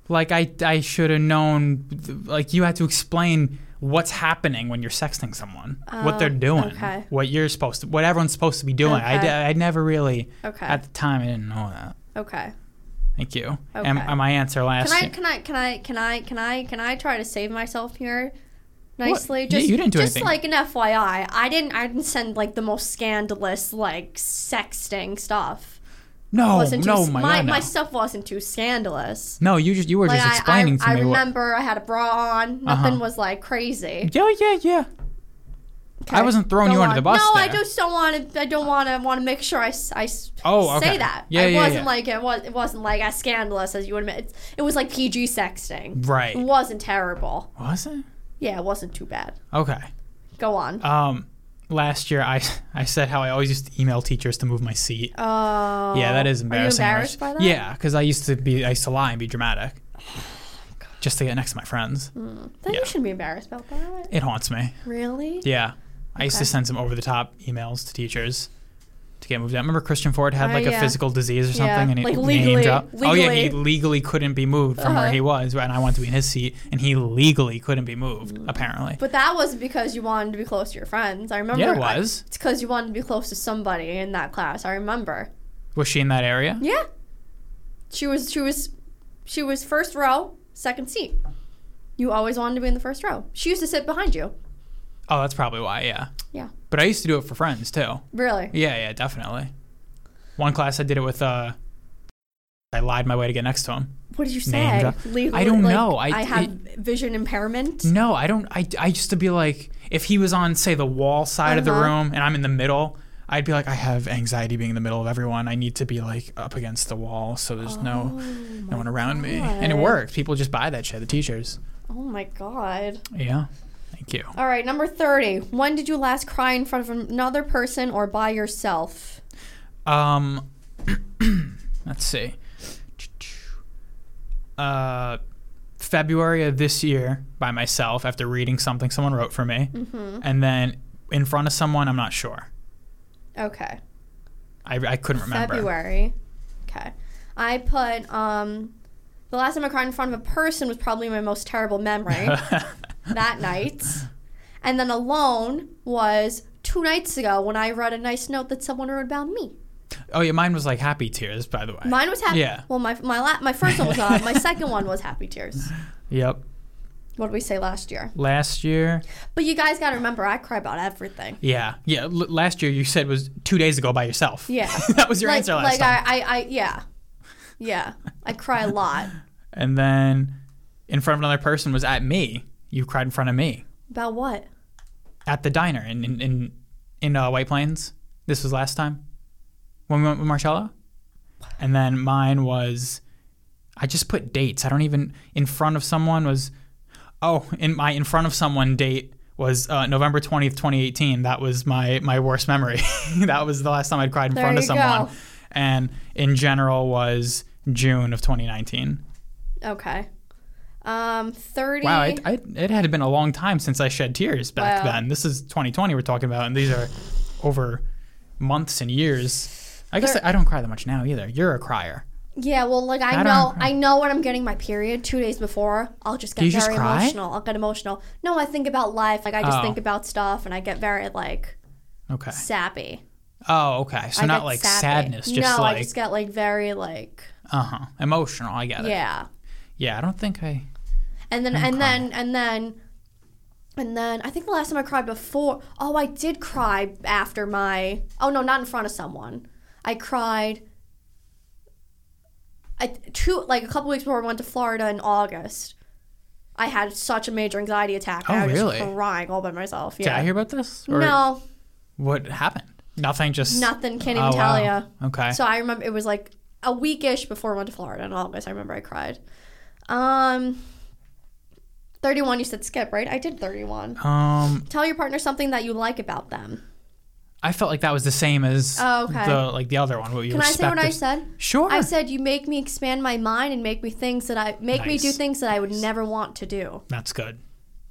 A: Like, I, I should have known, like, you had to explain what's happening when you're sexting someone, what they're doing,
B: Oh, okay.
A: what you're supposed to, what everyone's supposed to be doing. I I, d-
B: Okay.
A: I never really,
B: Okay.
A: at the time, I didn't know that.
B: Okay.
A: Thank you.
B: Okay.
A: And, and my answer last
B: Can I?
A: year-
B: Can I? Can I? Can I? Can I? Can I try to save myself here? Nicely,
A: You-
B: just
A: you didn't do
B: just
A: anything.
B: like an FYI, I didn't. I didn't send like the most scandalous like sexting stuff.
A: no,
B: wasn't too
A: Oh, no,
B: s-
A: my,
B: my,
A: God, no.
B: my stuff wasn't too scandalous.
A: no, you just, you were
B: Like
A: just
B: I,
A: explaining
B: I,
A: to
B: I
A: me what. Uh-huh.
B: remember I had a bra on. Nothing was like crazy.
A: Yeah, yeah, yeah. I wasn't throwing
B: Go
A: you under
B: on.
A: the bus
B: No, I
A: there.
B: just don't want to. I don't want to want to make sure I, s- I s-
A: Oh, okay.
B: say that.
A: Yeah,
B: it
A: yeah,
B: wasn't
A: yeah.
B: like it was. It wasn't like as scandalous as you would admit. It's, it was like PG sexting.
A: Right.
B: It wasn't terrible.
A: Was it?
B: Yeah, it wasn't too bad.
A: Okay.
B: Go on.
A: Um, last year I I said how I always used to email teachers to move my seat.
B: Oh.
A: yeah, that is embarrassing.
B: Are you embarrassed by that?
A: Yeah, because I used to be I used to lie and be dramatic, just to get next to my friends.
B: Then
A: yeah.
B: you shouldn't be embarrassed about that.
A: It haunts me.
B: Really?
A: Yeah, I used to
B: Okay.
A: send some over the top emails to teachers. To get moved out. Remember Christian Ford had
B: Oh,
A: like
B: yeah.
A: a physical disease or something,
B: Yeah,
A: and he
B: like
A: name
B: legally-
A: dropped. Oh yeah, he
B: legally.
A: legally couldn't be moved from where
B: Uh-huh.
A: he was, and I wanted to be in his seat, and he legally couldn't be
B: Mm.
A: moved. Apparently,
B: But that was because you wanted to be close to your friends. I remember.
A: yeah, it
B: I-
A: was.
B: It's because you wanted to be close to somebody in that class. I remember.
A: Was she in that area?
B: Yeah. She was. She was. She was first row, second seat. You always wanted to be in the first row. She used to sit behind you.
A: Oh, that's probably why. Yeah.
B: Yeah.
A: But I used to do it for friends too.
B: Really.
A: Yeah, yeah, definitely. One class I did it with. Uh, I lied my way to get next to him.
B: What did you
A: Name
B: say?
A: drop-
B: Legally,
A: I don't
B: like,
A: know. I-
B: I, have
A: it- Mm.
B: vision impairment.
A: No, I don't. I, I used to be like, if he was on say the wall side of the
B: Uh-huh.
A: room and I'm in the middle, I'd be like, I have anxiety being in the middle of everyone. I need to be like up against the wall so there's no no one around me. And it
B: Oh God.
A: worked. People just buy that shit. The teachers.
B: Oh my god.
A: Yeah. Thank you.
B: All right, number thirty. When did you last cry in front of another person or by yourself?
A: Um, let's see. Uh, February of this year, by myself, after reading something someone wrote for me,
B: Mm-hmm.
A: and then in front of someone, I'm not sure.
B: Okay.
A: I, I couldn't remember.
B: February. Okay. I put um the last time I cried in front of a person was probably my most terrible memory that night. And then alone was two nights ago when I read a nice note that someone wrote about me.
A: oh yeah, mine was like happy tears, by the way.
B: Mine was happy.
A: Yeah.
B: Well, my my la- my first one was not. My second one was happy tears.
A: yep.
B: What did we say last year?
A: Last year,
B: But you guys got to remember, I cry about everything.
A: yeah, yeah. L- last year you said was two days ago by yourself.
B: Yeah.
A: that was your
B: like
A: answer last
B: like
A: time.
B: I, I I yeah, yeah. I cry a lot
A: and then in front of another person was at me. You cried in front of me.
B: about what?
A: at the diner in in in, in uh, White Plains. This was last time when we went with Marcella, and then mine was I just put dates. I don't even in front of someone was oh in my in front of someone date was uh, November 20th, 2018. That was my my worst memory. that was the last time I'd cried in
B: There
A: front of
B: you
A: someone.
B: go.
A: And in general was June of 2019.
B: Okay. Um, 30.
A: Wow, it, I, it had been a long time since I shed tears back
B: Wow.
A: then. This is 2020 we're talking about, and these are over months and years. I guess
B: There-
A: I don't cry that much now either. You're a crier.
B: yeah, well, like I,
A: I don't
B: know,
A: know.
B: I know when I'm getting my period two days before, I'll just get
A: you
B: very
A: just cry?
B: emotional. I'll get emotional. No, I think about life. Like I just
A: Oh.
B: think about stuff, and I get very like
A: Okay.
B: sappy.
A: Oh, okay. So
B: I
A: not
B: get
A: like
B: sappy.
A: sadness, just
B: no,
A: like
B: I just get like very like
A: uh huh, emotional. I get it.
B: yeah.
A: Yeah, I don't think I.
B: And then
A: don't
B: and then and then and then I think the last time I cried before oh I did cry after my oh no not in front of someone I cried I, two like a couple weeks before I went to Florida in August I had such a major anxiety attack and
A: Oh,
B: I was
A: really?
B: just crying all by myself
A: Did I
B: yeah
A: hear about this?
B: no
A: What happened? Nothing. Just
B: nothing can't even
A: Oh,
B: tell
A: wow.
B: ya.
A: Okay.
B: So I remember it was like a weekish before I went to Florida in August. I remember I cried. Um, 31, you said skip, right? I did 31.
A: um,
B: Tell your partner something that you like about them.
A: I felt like that was the same as
B: Oh, okay.
A: the like the other one. What you
B: Can I say what I
A: respective-
B: said?
A: Sure.
B: I said you make me expand my mind and make me things that I make me do
A: Nice.
B: things that I would never want to do.
A: That's good.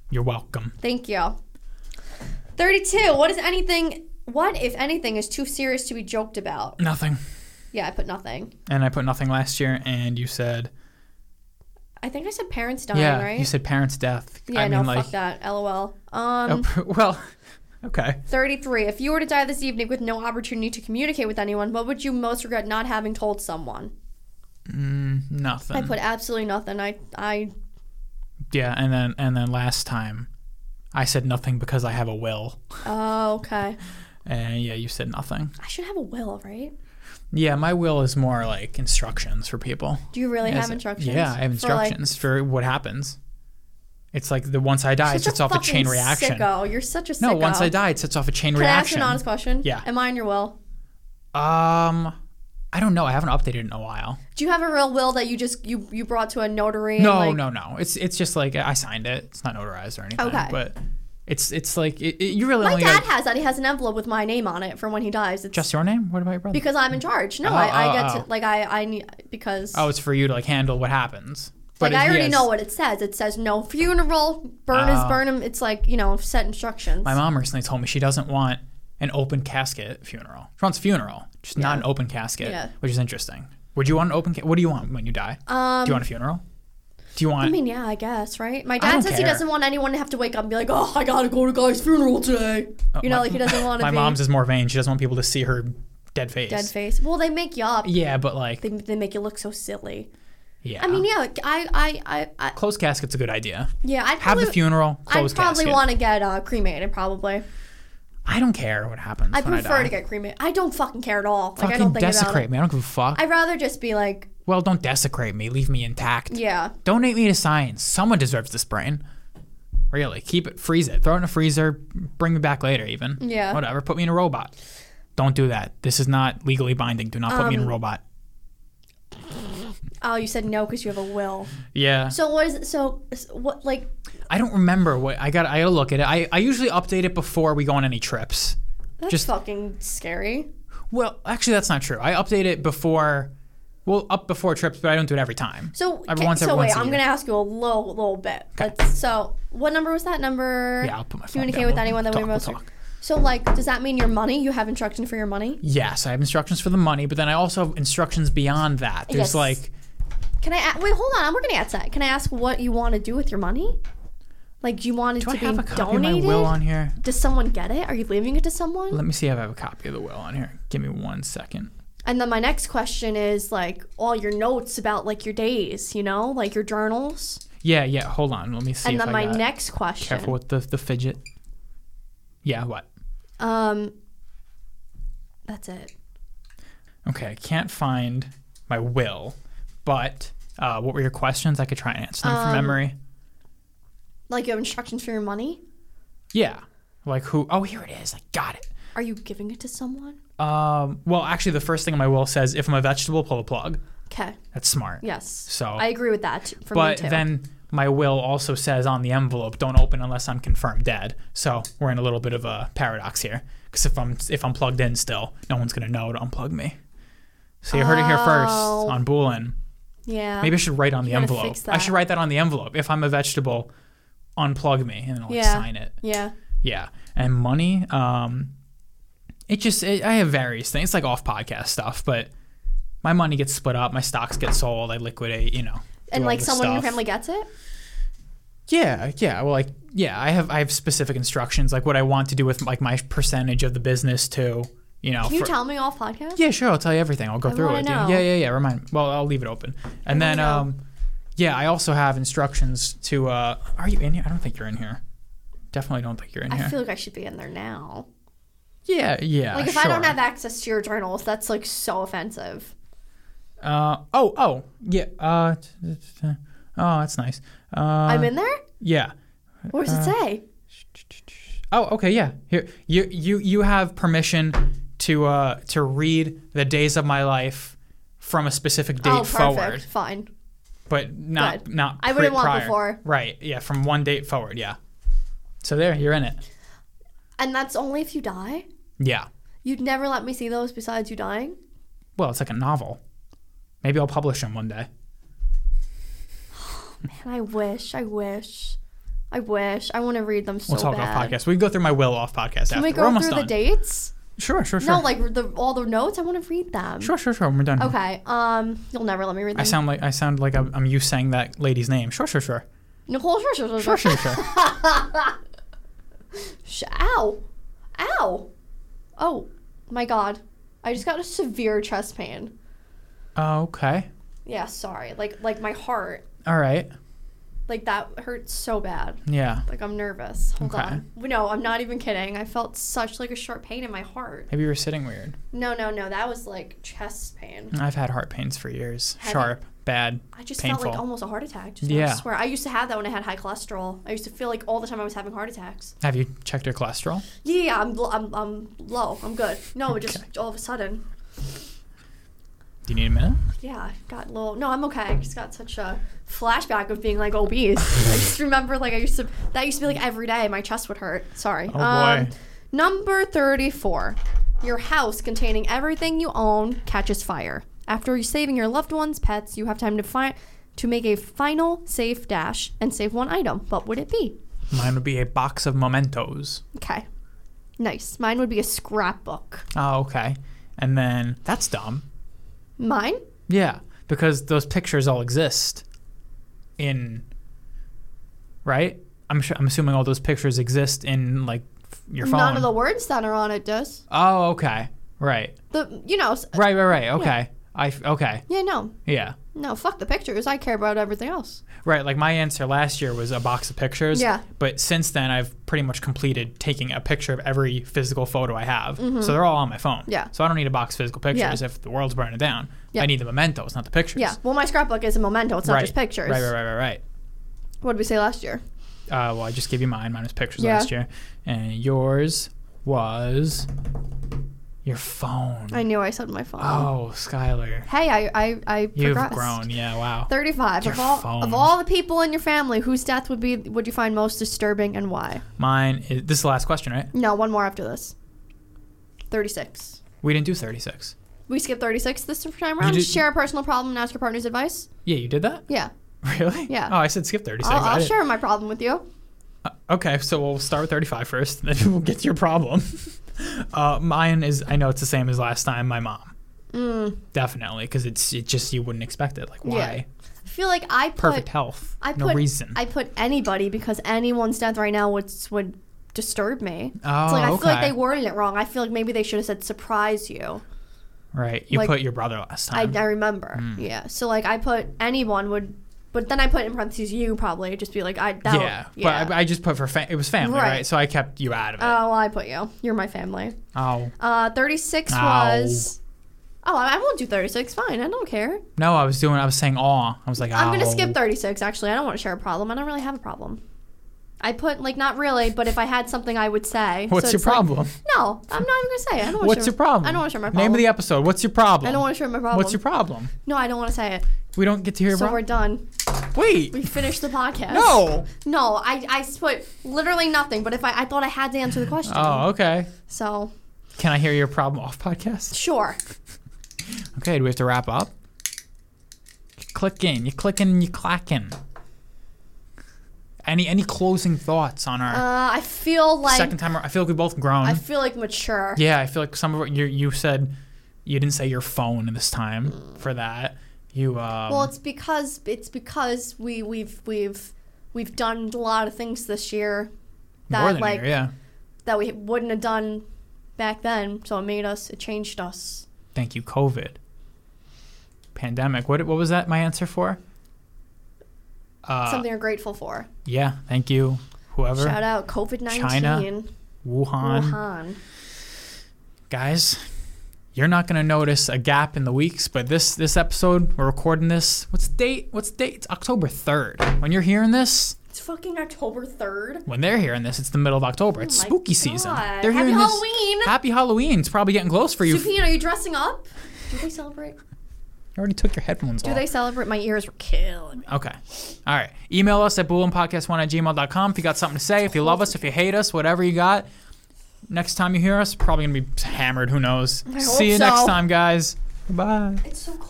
A: You're welcome.
B: Thank you. 32. What is anything what if anything is too serious to be joked about?
A: Nothing.
B: Yeah, I put nothing.
A: And I put nothing last year, and you said
B: I think I said parents dying,
A: yeah.
B: right?
A: You said parents' death.
B: yeah,
A: I mean,
B: no,
A: like
B: fuck that. LOL. Um
A: oh, well, okay.
B: 33. If you were to die this evening with no opportunity to communicate with anyone, what would you most regret not having told someone?
A: Mm, nothing.
B: I put absolutely nothing. I I
A: yeah, and then and then last time, I said nothing because I have a will,
B: oh okay.
A: and yeah, you said nothing.
B: I should have a will, right?
A: Yeah, my will is more like instructions for people.
B: Do you really
A: As-
B: have instructions?
A: Yeah, I have
B: For, like,
A: instructions for, what happens. It's like the once I die, it
B: such
A: sets off a
B: fucking
A: chain reaction.
B: Sicko. You're such a sicko.
A: No, once I die, it sets off a chain
B: Can I ask you
A: reaction.
B: an honest question?
A: Yeah.
B: Am I in your will?
A: um, I don't know. I haven't updated it in a while.
B: Do you have a real will that you just you you brought to a notary?
A: No,
B: and like,
A: no, no. It's it's just like I signed it. It's not notarized or anything.
B: Okay.
A: But it's it's like it, it- you really
B: My
A: only
B: dad
A: got
B: has that. He has an envelope with my name on it for when he dies. It's
A: just your name. What about your brother?
B: because I'm in charge. No,
A: Oh,
B: I, I
A: oh,
B: get
A: oh.
B: to like I I need because
A: oh, it's for you to like handle what happens. But
B: like
A: it-
B: I already
A: yes.
B: know what it says. It says no funeral, burn is
A: Oh.
B: burn 'em. It's like you know set instructions.
A: My mom recently told me she doesn't want an open casket funeral. She wants a funeral, just not an open casket,
B: Yeah.
A: which is interesting. Would you want an open? Ca- what do you want when you die?
B: um,
A: do you want a funeral? Do you want?
B: I mean, yeah, I guess right. My
A: don't
B: dad says he
A: care.
B: doesn't want anyone to have to wake up and be like, oh, I gotta go to guy's funeral today. you
A: Uh,
B: know,
A: my-
B: like he doesn't want to
A: my
B: be
A: mom's is more vain. She doesn't want people to see her dead face.
B: dead face. Well, they make you up.
A: Yeah, but like,
B: They, they make you look so silly.
A: yeah.
B: I mean, yeah, like, I, I, I, I
A: closed casket's a good idea.
B: yeah, I'd
A: Have
B: probably,
A: the funeral.
B: I'd
A: Closed
B: probably
A: casket.
B: want to get uh, cremated. Probably,
A: I don't care what happens.
B: I
A: when
B: prefer
A: I die.
B: to get cremated. I don't fucking care at all.
A: Fucking
B: like, I don't think about
A: desecrate
B: it.
A: me. I don't give a fuck.
B: I'd rather just be like,
A: well, don't desecrate me. Leave me intact.
B: yeah,
A: Donate me to science. Someone deserves this brain. Really, keep it, freeze it, throw it in a freezer, bring me back later, even.
B: Yeah.
A: Whatever. Put me in a robot. Don't do that. This is not legally binding. Do not put me in
B: Um,
A: a robot.
B: oh, you said no because you have a will.
A: Yeah.
B: So what is it? So s- what like
A: I don't remember what I got. I gotta look at it. I, I usually update it before we go on any trips.
B: that's
A: Just-
B: fucking scary.
A: Well, actually, that's not true. I update it before, well, up before trips, but I don't do it every time.
B: So
A: Every
B: ca-
A: once-
B: so
A: every
B: wait,
A: once a
B: I'm
A: year.
B: gonna ask you a little little bit. Let's, so what number was that number?
A: Yeah, I'll put my phone
B: communicate
A: down.
B: with
A: We'll
B: anyone that we
A: talk, we'll
B: most.
A: talk.
B: So like, does that mean your money? You have instruction for your money?
A: Yes, I have instructions for the money, but then I also have instructions beyond that. There's
B: Yes.
A: like,
B: Can I a- wait? Hold on, I'm working at that. Can I ask what you want to do with your money? Like, do you want it
A: do I
B: to
A: have
B: be
A: a copy
B: donated?
A: of my will on here?
B: does someone get it? Are you leaving it to someone?
A: Let me see if I have a copy of the will on here. Give me one second.
B: And then my next question is like all your notes about like your days, you know, like your journals.
A: Yeah, yeah. Hold on. Let me see.
B: and
A: if
B: then
A: I
B: my
A: got-
B: next question.
A: Careful with the the fidget. Yeah. What?
B: Um, that's it.
A: Okay. I can't find my will, but uh, what were your questions? I could try and answer them
B: Um,
A: from memory.
B: Like you have instructions for your money.
A: Yeah. Like who? Oh, here it is. I got it.
B: Are you giving it to someone?
A: Um, well, actually, the first thing on my will says, "If I'm a vegetable, pull a plug."
B: Okay.
A: That's smart.
B: Yes.
A: So-
B: I agree with that t- for
A: But
B: me too.
A: then my will also says on the envelope, "Don't open unless I'm confirmed dead." So we're in a little bit of a paradox here, because if I'm if I'm plugged in still, no one's gonna know to unplug me. So you heard it here first
B: Oh.
A: on Boolin.
B: Yeah.
A: Maybe I should write on the
B: gotta
A: envelope.
B: fix
A: I should
B: that.
A: write that on the envelope. If I'm a vegetable, unplug me and then I'll like,
B: Yeah.
A: sign it.
B: Yeah.
A: Yeah. And money, um, it just, it, I have various things. It's like off podcast stuff, but my money gets split up. My stocks get sold. I liquidate, you know. do
B: And
A: all
B: like
A: this
B: someone in your
A: stuff.
B: family gets it?
A: Yeah, yeah. Well, like, yeah, I have I have specific instructions, like what I want to do with like my percentage of the business too. You know,
B: Can you
A: for-
B: tell me off podcast?
A: Yeah, sure. I'll tell you everything. I'll go
B: I
A: through
B: wanna
A: it.
B: know.
A: Yeah, yeah, yeah. Remind. Well, I'll leave it open. And then,
B: know.
A: um, yeah, I also have instructions to. Uh, are you in here? I don't think you're in here. Definitely don't think you're in
B: I
A: here.
B: feel like I should be in there now.
A: yeah, yeah.
B: Like if
A: Uh, sure.
B: I don't have access to your journals, that's like so offensive.
A: Uh, oh, oh, yeah. Uh, t- t- t- oh, that's nice. Uh,
B: I'm in there?
A: yeah.
B: What does it say?
A: Oh, okay, yeah. Here, you you you have permission to uh to read the days of my life from a specific date
B: oh, perfect.
A: forward,
B: Fine.
A: but not
B: Good.
A: not.
B: I wouldn't
A: pre-
B: want
A: prior.
B: before.
A: Right. Yeah, from one date forward. Yeah. So there, you're in it.
B: And that's only if you die?
A: Yeah.
B: You'd never let me see those besides you dying?
A: Well, it's like a novel. Maybe I'll publish them one day.
B: Man, I wish. I wish. I wish. I want to read them so
A: We'll talk off
B: bad.
A: podcast. We can go through my will off podcast
B: Can
A: after.
B: we
A: are
B: go
A: almost
B: through
A: done.
B: the dates?
A: Sure, sure, sure.
B: No, like the, all the notes. I want to read them.
A: sure, sure, sure. When we're done.
B: Okay. Um, you'll never let me read them.
A: I sound like I sound like I'm, I'm you saying that lady's name. Sure, sure, sure.
B: Nicole. Sure, sure,
A: Sure,
B: sure, sure.
A: sure, sure.
B: Sh- Ow, ow. Oh my God. I just got a severe chest pain.
A: okay.
B: Yeah, sorry. Like, like my heart.
A: All right.
B: Like that hurts so bad.
A: Yeah.
B: Like I'm nervous. Hold
A: Okay.
B: on. No, I'm not even kidding. I felt such like a sharp pain in my heart.
A: Maybe you were sitting weird.
B: No, no, no. That was like chest pain.
A: I've had heart pains for years.
B: Have you?
A: Sharp, bad,
B: I just
A: painful.
B: felt like almost a heart attack. Just
A: Yeah.
B: I swear. I used to have that when I had high cholesterol. I used to feel like all the time I was having heart attacks.
A: Have you checked your cholesterol?
B: Yeah, yeah, I'm, l- I'm, I'm low. I'm good. No, it just all of a sudden.
A: Do you need a minute?
B: Yeah, I got low. No, I'm okay. I just got such a flashback of being like obese. I just remember like I used to, that used to be like every day my chest would hurt. Sorry. Um,
A: Oh, boy.
B: Number 34. Your house containing everything you own catches fire. After saving your loved ones, pets, you have time to find to make a final safe dash and save one item. What would it be?
A: Mine would be a box of mementos.
B: Okay. Nice. Mine would be a scrapbook.
A: Oh, okay. And then that's dumb.
B: Mine?
A: Yeah, because those pictures all exist in right? I'm sure, I'm assuming all those pictures exist in like f- your phone.
B: None of the words that are on it does.
A: oh, okay. Right.
B: The you know, s-
A: Right, right, right. Okay. I f- okay.
B: yeah, no.
A: Yeah.
B: No, fuck the pictures. I care about everything else.
A: Right, like my answer last year was a box of pictures.
B: Yeah.
A: But since then, I've pretty much completed taking a picture of every physical photo I have. So they're all on my phone.
B: Mm-hmm. Yeah.
A: So I don't need a box of physical pictures
B: Yeah.
A: if the world's burning down.
B: Yeah.
A: I need the mementos, not the pictures.
B: Yeah. Well, my scrapbook is a memento. It's not
A: right.
B: just pictures.
A: Right, right, right, right, right.
B: What did we say last year?
A: Uh, well, I just gave you mine. Mine was pictures
B: Yeah.
A: last year, and yours was your phone.
B: I knew I said my phone.
A: Mm. oh, Skylar,
B: Hey, I I, I
A: you've
B: progressed.
A: grown. Yeah, wow.
B: Thirty-five
A: Your
B: of all
A: phone.
B: of all the people in your family, whose death would be would you find most disturbing and why?
A: Mine. Is, this is the last question, right?
B: No, one more after this. Thirty-six.
A: We didn't do thirty-six.
B: We skip thirty-six this time around.
A: did-
B: share a personal problem and ask your partner's advice.
A: Yeah, you did that.
B: Yeah,
A: Really?
B: Yeah.
A: Oh, I said skip thirty-six.
B: I'll,
A: I
B: I'll
A: didn't-
B: share my problem with you.
A: Uh, okay, so we'll start with 35 first, then we'll get to your problem. uh, mine is, I know it's the same as last time, my mom.
B: Mm.
A: Definitely, because it's it just, you wouldn't expect it. Like,
B: Yeah.
A: why?
B: I feel like I put
A: Perfect health.
B: I
A: no
B: put-
A: reason.
B: I put anybody because anyone's death right now would would disturb me. It's
A: Oh,
B: like I feel like
A: okay.
B: they worded it wrong. I feel like maybe they should have said surprise you.
A: right. You
B: like-
A: put your brother last
B: I,
A: time.
B: I remember.
A: Hmm.
B: Yeah. So like I put anyone would, but then I put in parentheses you probably just be like I that would-
A: yeah, but I, I just put for fa- it was family, right.
B: Right.
A: So I kept you out of it.
B: oh well, I put you. You're my family.
A: oh
B: Uh, thirty six
A: Ow.
B: was. Oh, I I won't do thirty six. Fine, I don't care.
A: no, I was doing. I was saying aw. I was like, "Oh."
B: I'm
A: "Ow."
B: gonna skip thirty six. Actually, I don't want to share a problem. I don't really have a problem. I put like not really, but if I had something, I would say.
A: What's
B: So
A: your
B: it's like,
A: problem?
B: no, I'm not even gonna say it. I don't. wanna
A: What's
B: share-
A: your problem?
B: I don't want to share my problem.
A: Name of the episode. What's your problem?
B: I don't want to share my problem.
A: What's your problem?
B: No, I don't want to say it.
A: We don't get to hear
B: So
A: about.
B: we're done.
A: Wait.
B: We finished the podcast.
A: no.
B: No, I I put literally nothing. But if I I thought I had to answer the question.
A: Oh, okay.
B: So
A: Can I hear your problem off podcast?
B: sure.
A: Okay, do we have to wrap up? You're clicking, you're clicking, and you're clacking. Any any closing thoughts on our
B: Uh, I feel like
A: second time? ar- I feel like we both grown.
B: I feel like mature.
A: yeah, I feel like some of what you you said, you didn't say your phone this time for that. You um,
B: Well, it's because it's because we we've we've we've done a lot of things this year that
A: more than
B: like
A: here, yeah.
B: that we wouldn't have done back then. So it made us. It changed us.
A: Thank you, COVID. Pandemic. What what was that? My answer for? Uh,
B: Something you're grateful for.
A: Yeah. Thank you, whoever.
B: Shout out COVID nineteen.
A: China. Wuhan.
B: Wuhan.
C: guys you're not going to notice a gap in the weeks but this this episode we're recording this what's the date what's the date it's october 3rd when you're hearing this
B: It's fucking October third. Oh
A: when they're hearing this it's the middle of october it's
B: my
A: spooky season
B: God.
A: they're
B: Happy
A: hearing
B: Halloween.
A: this happy halloween it's probably getting close for you you
B: Supine, are you dressing up? Do they celebrate?
A: already took your headphones
B: Do
A: off
B: they celebrate? My ears were killing me.
A: okay all right email us at bullandpodcast1 at gmail.com if you got something to say if you love us if you hate us whatever you got next time you hear us probably going to be hammered who knows
B: hope
A: see you next
B: so.
A: time guys bye
B: It's so cold.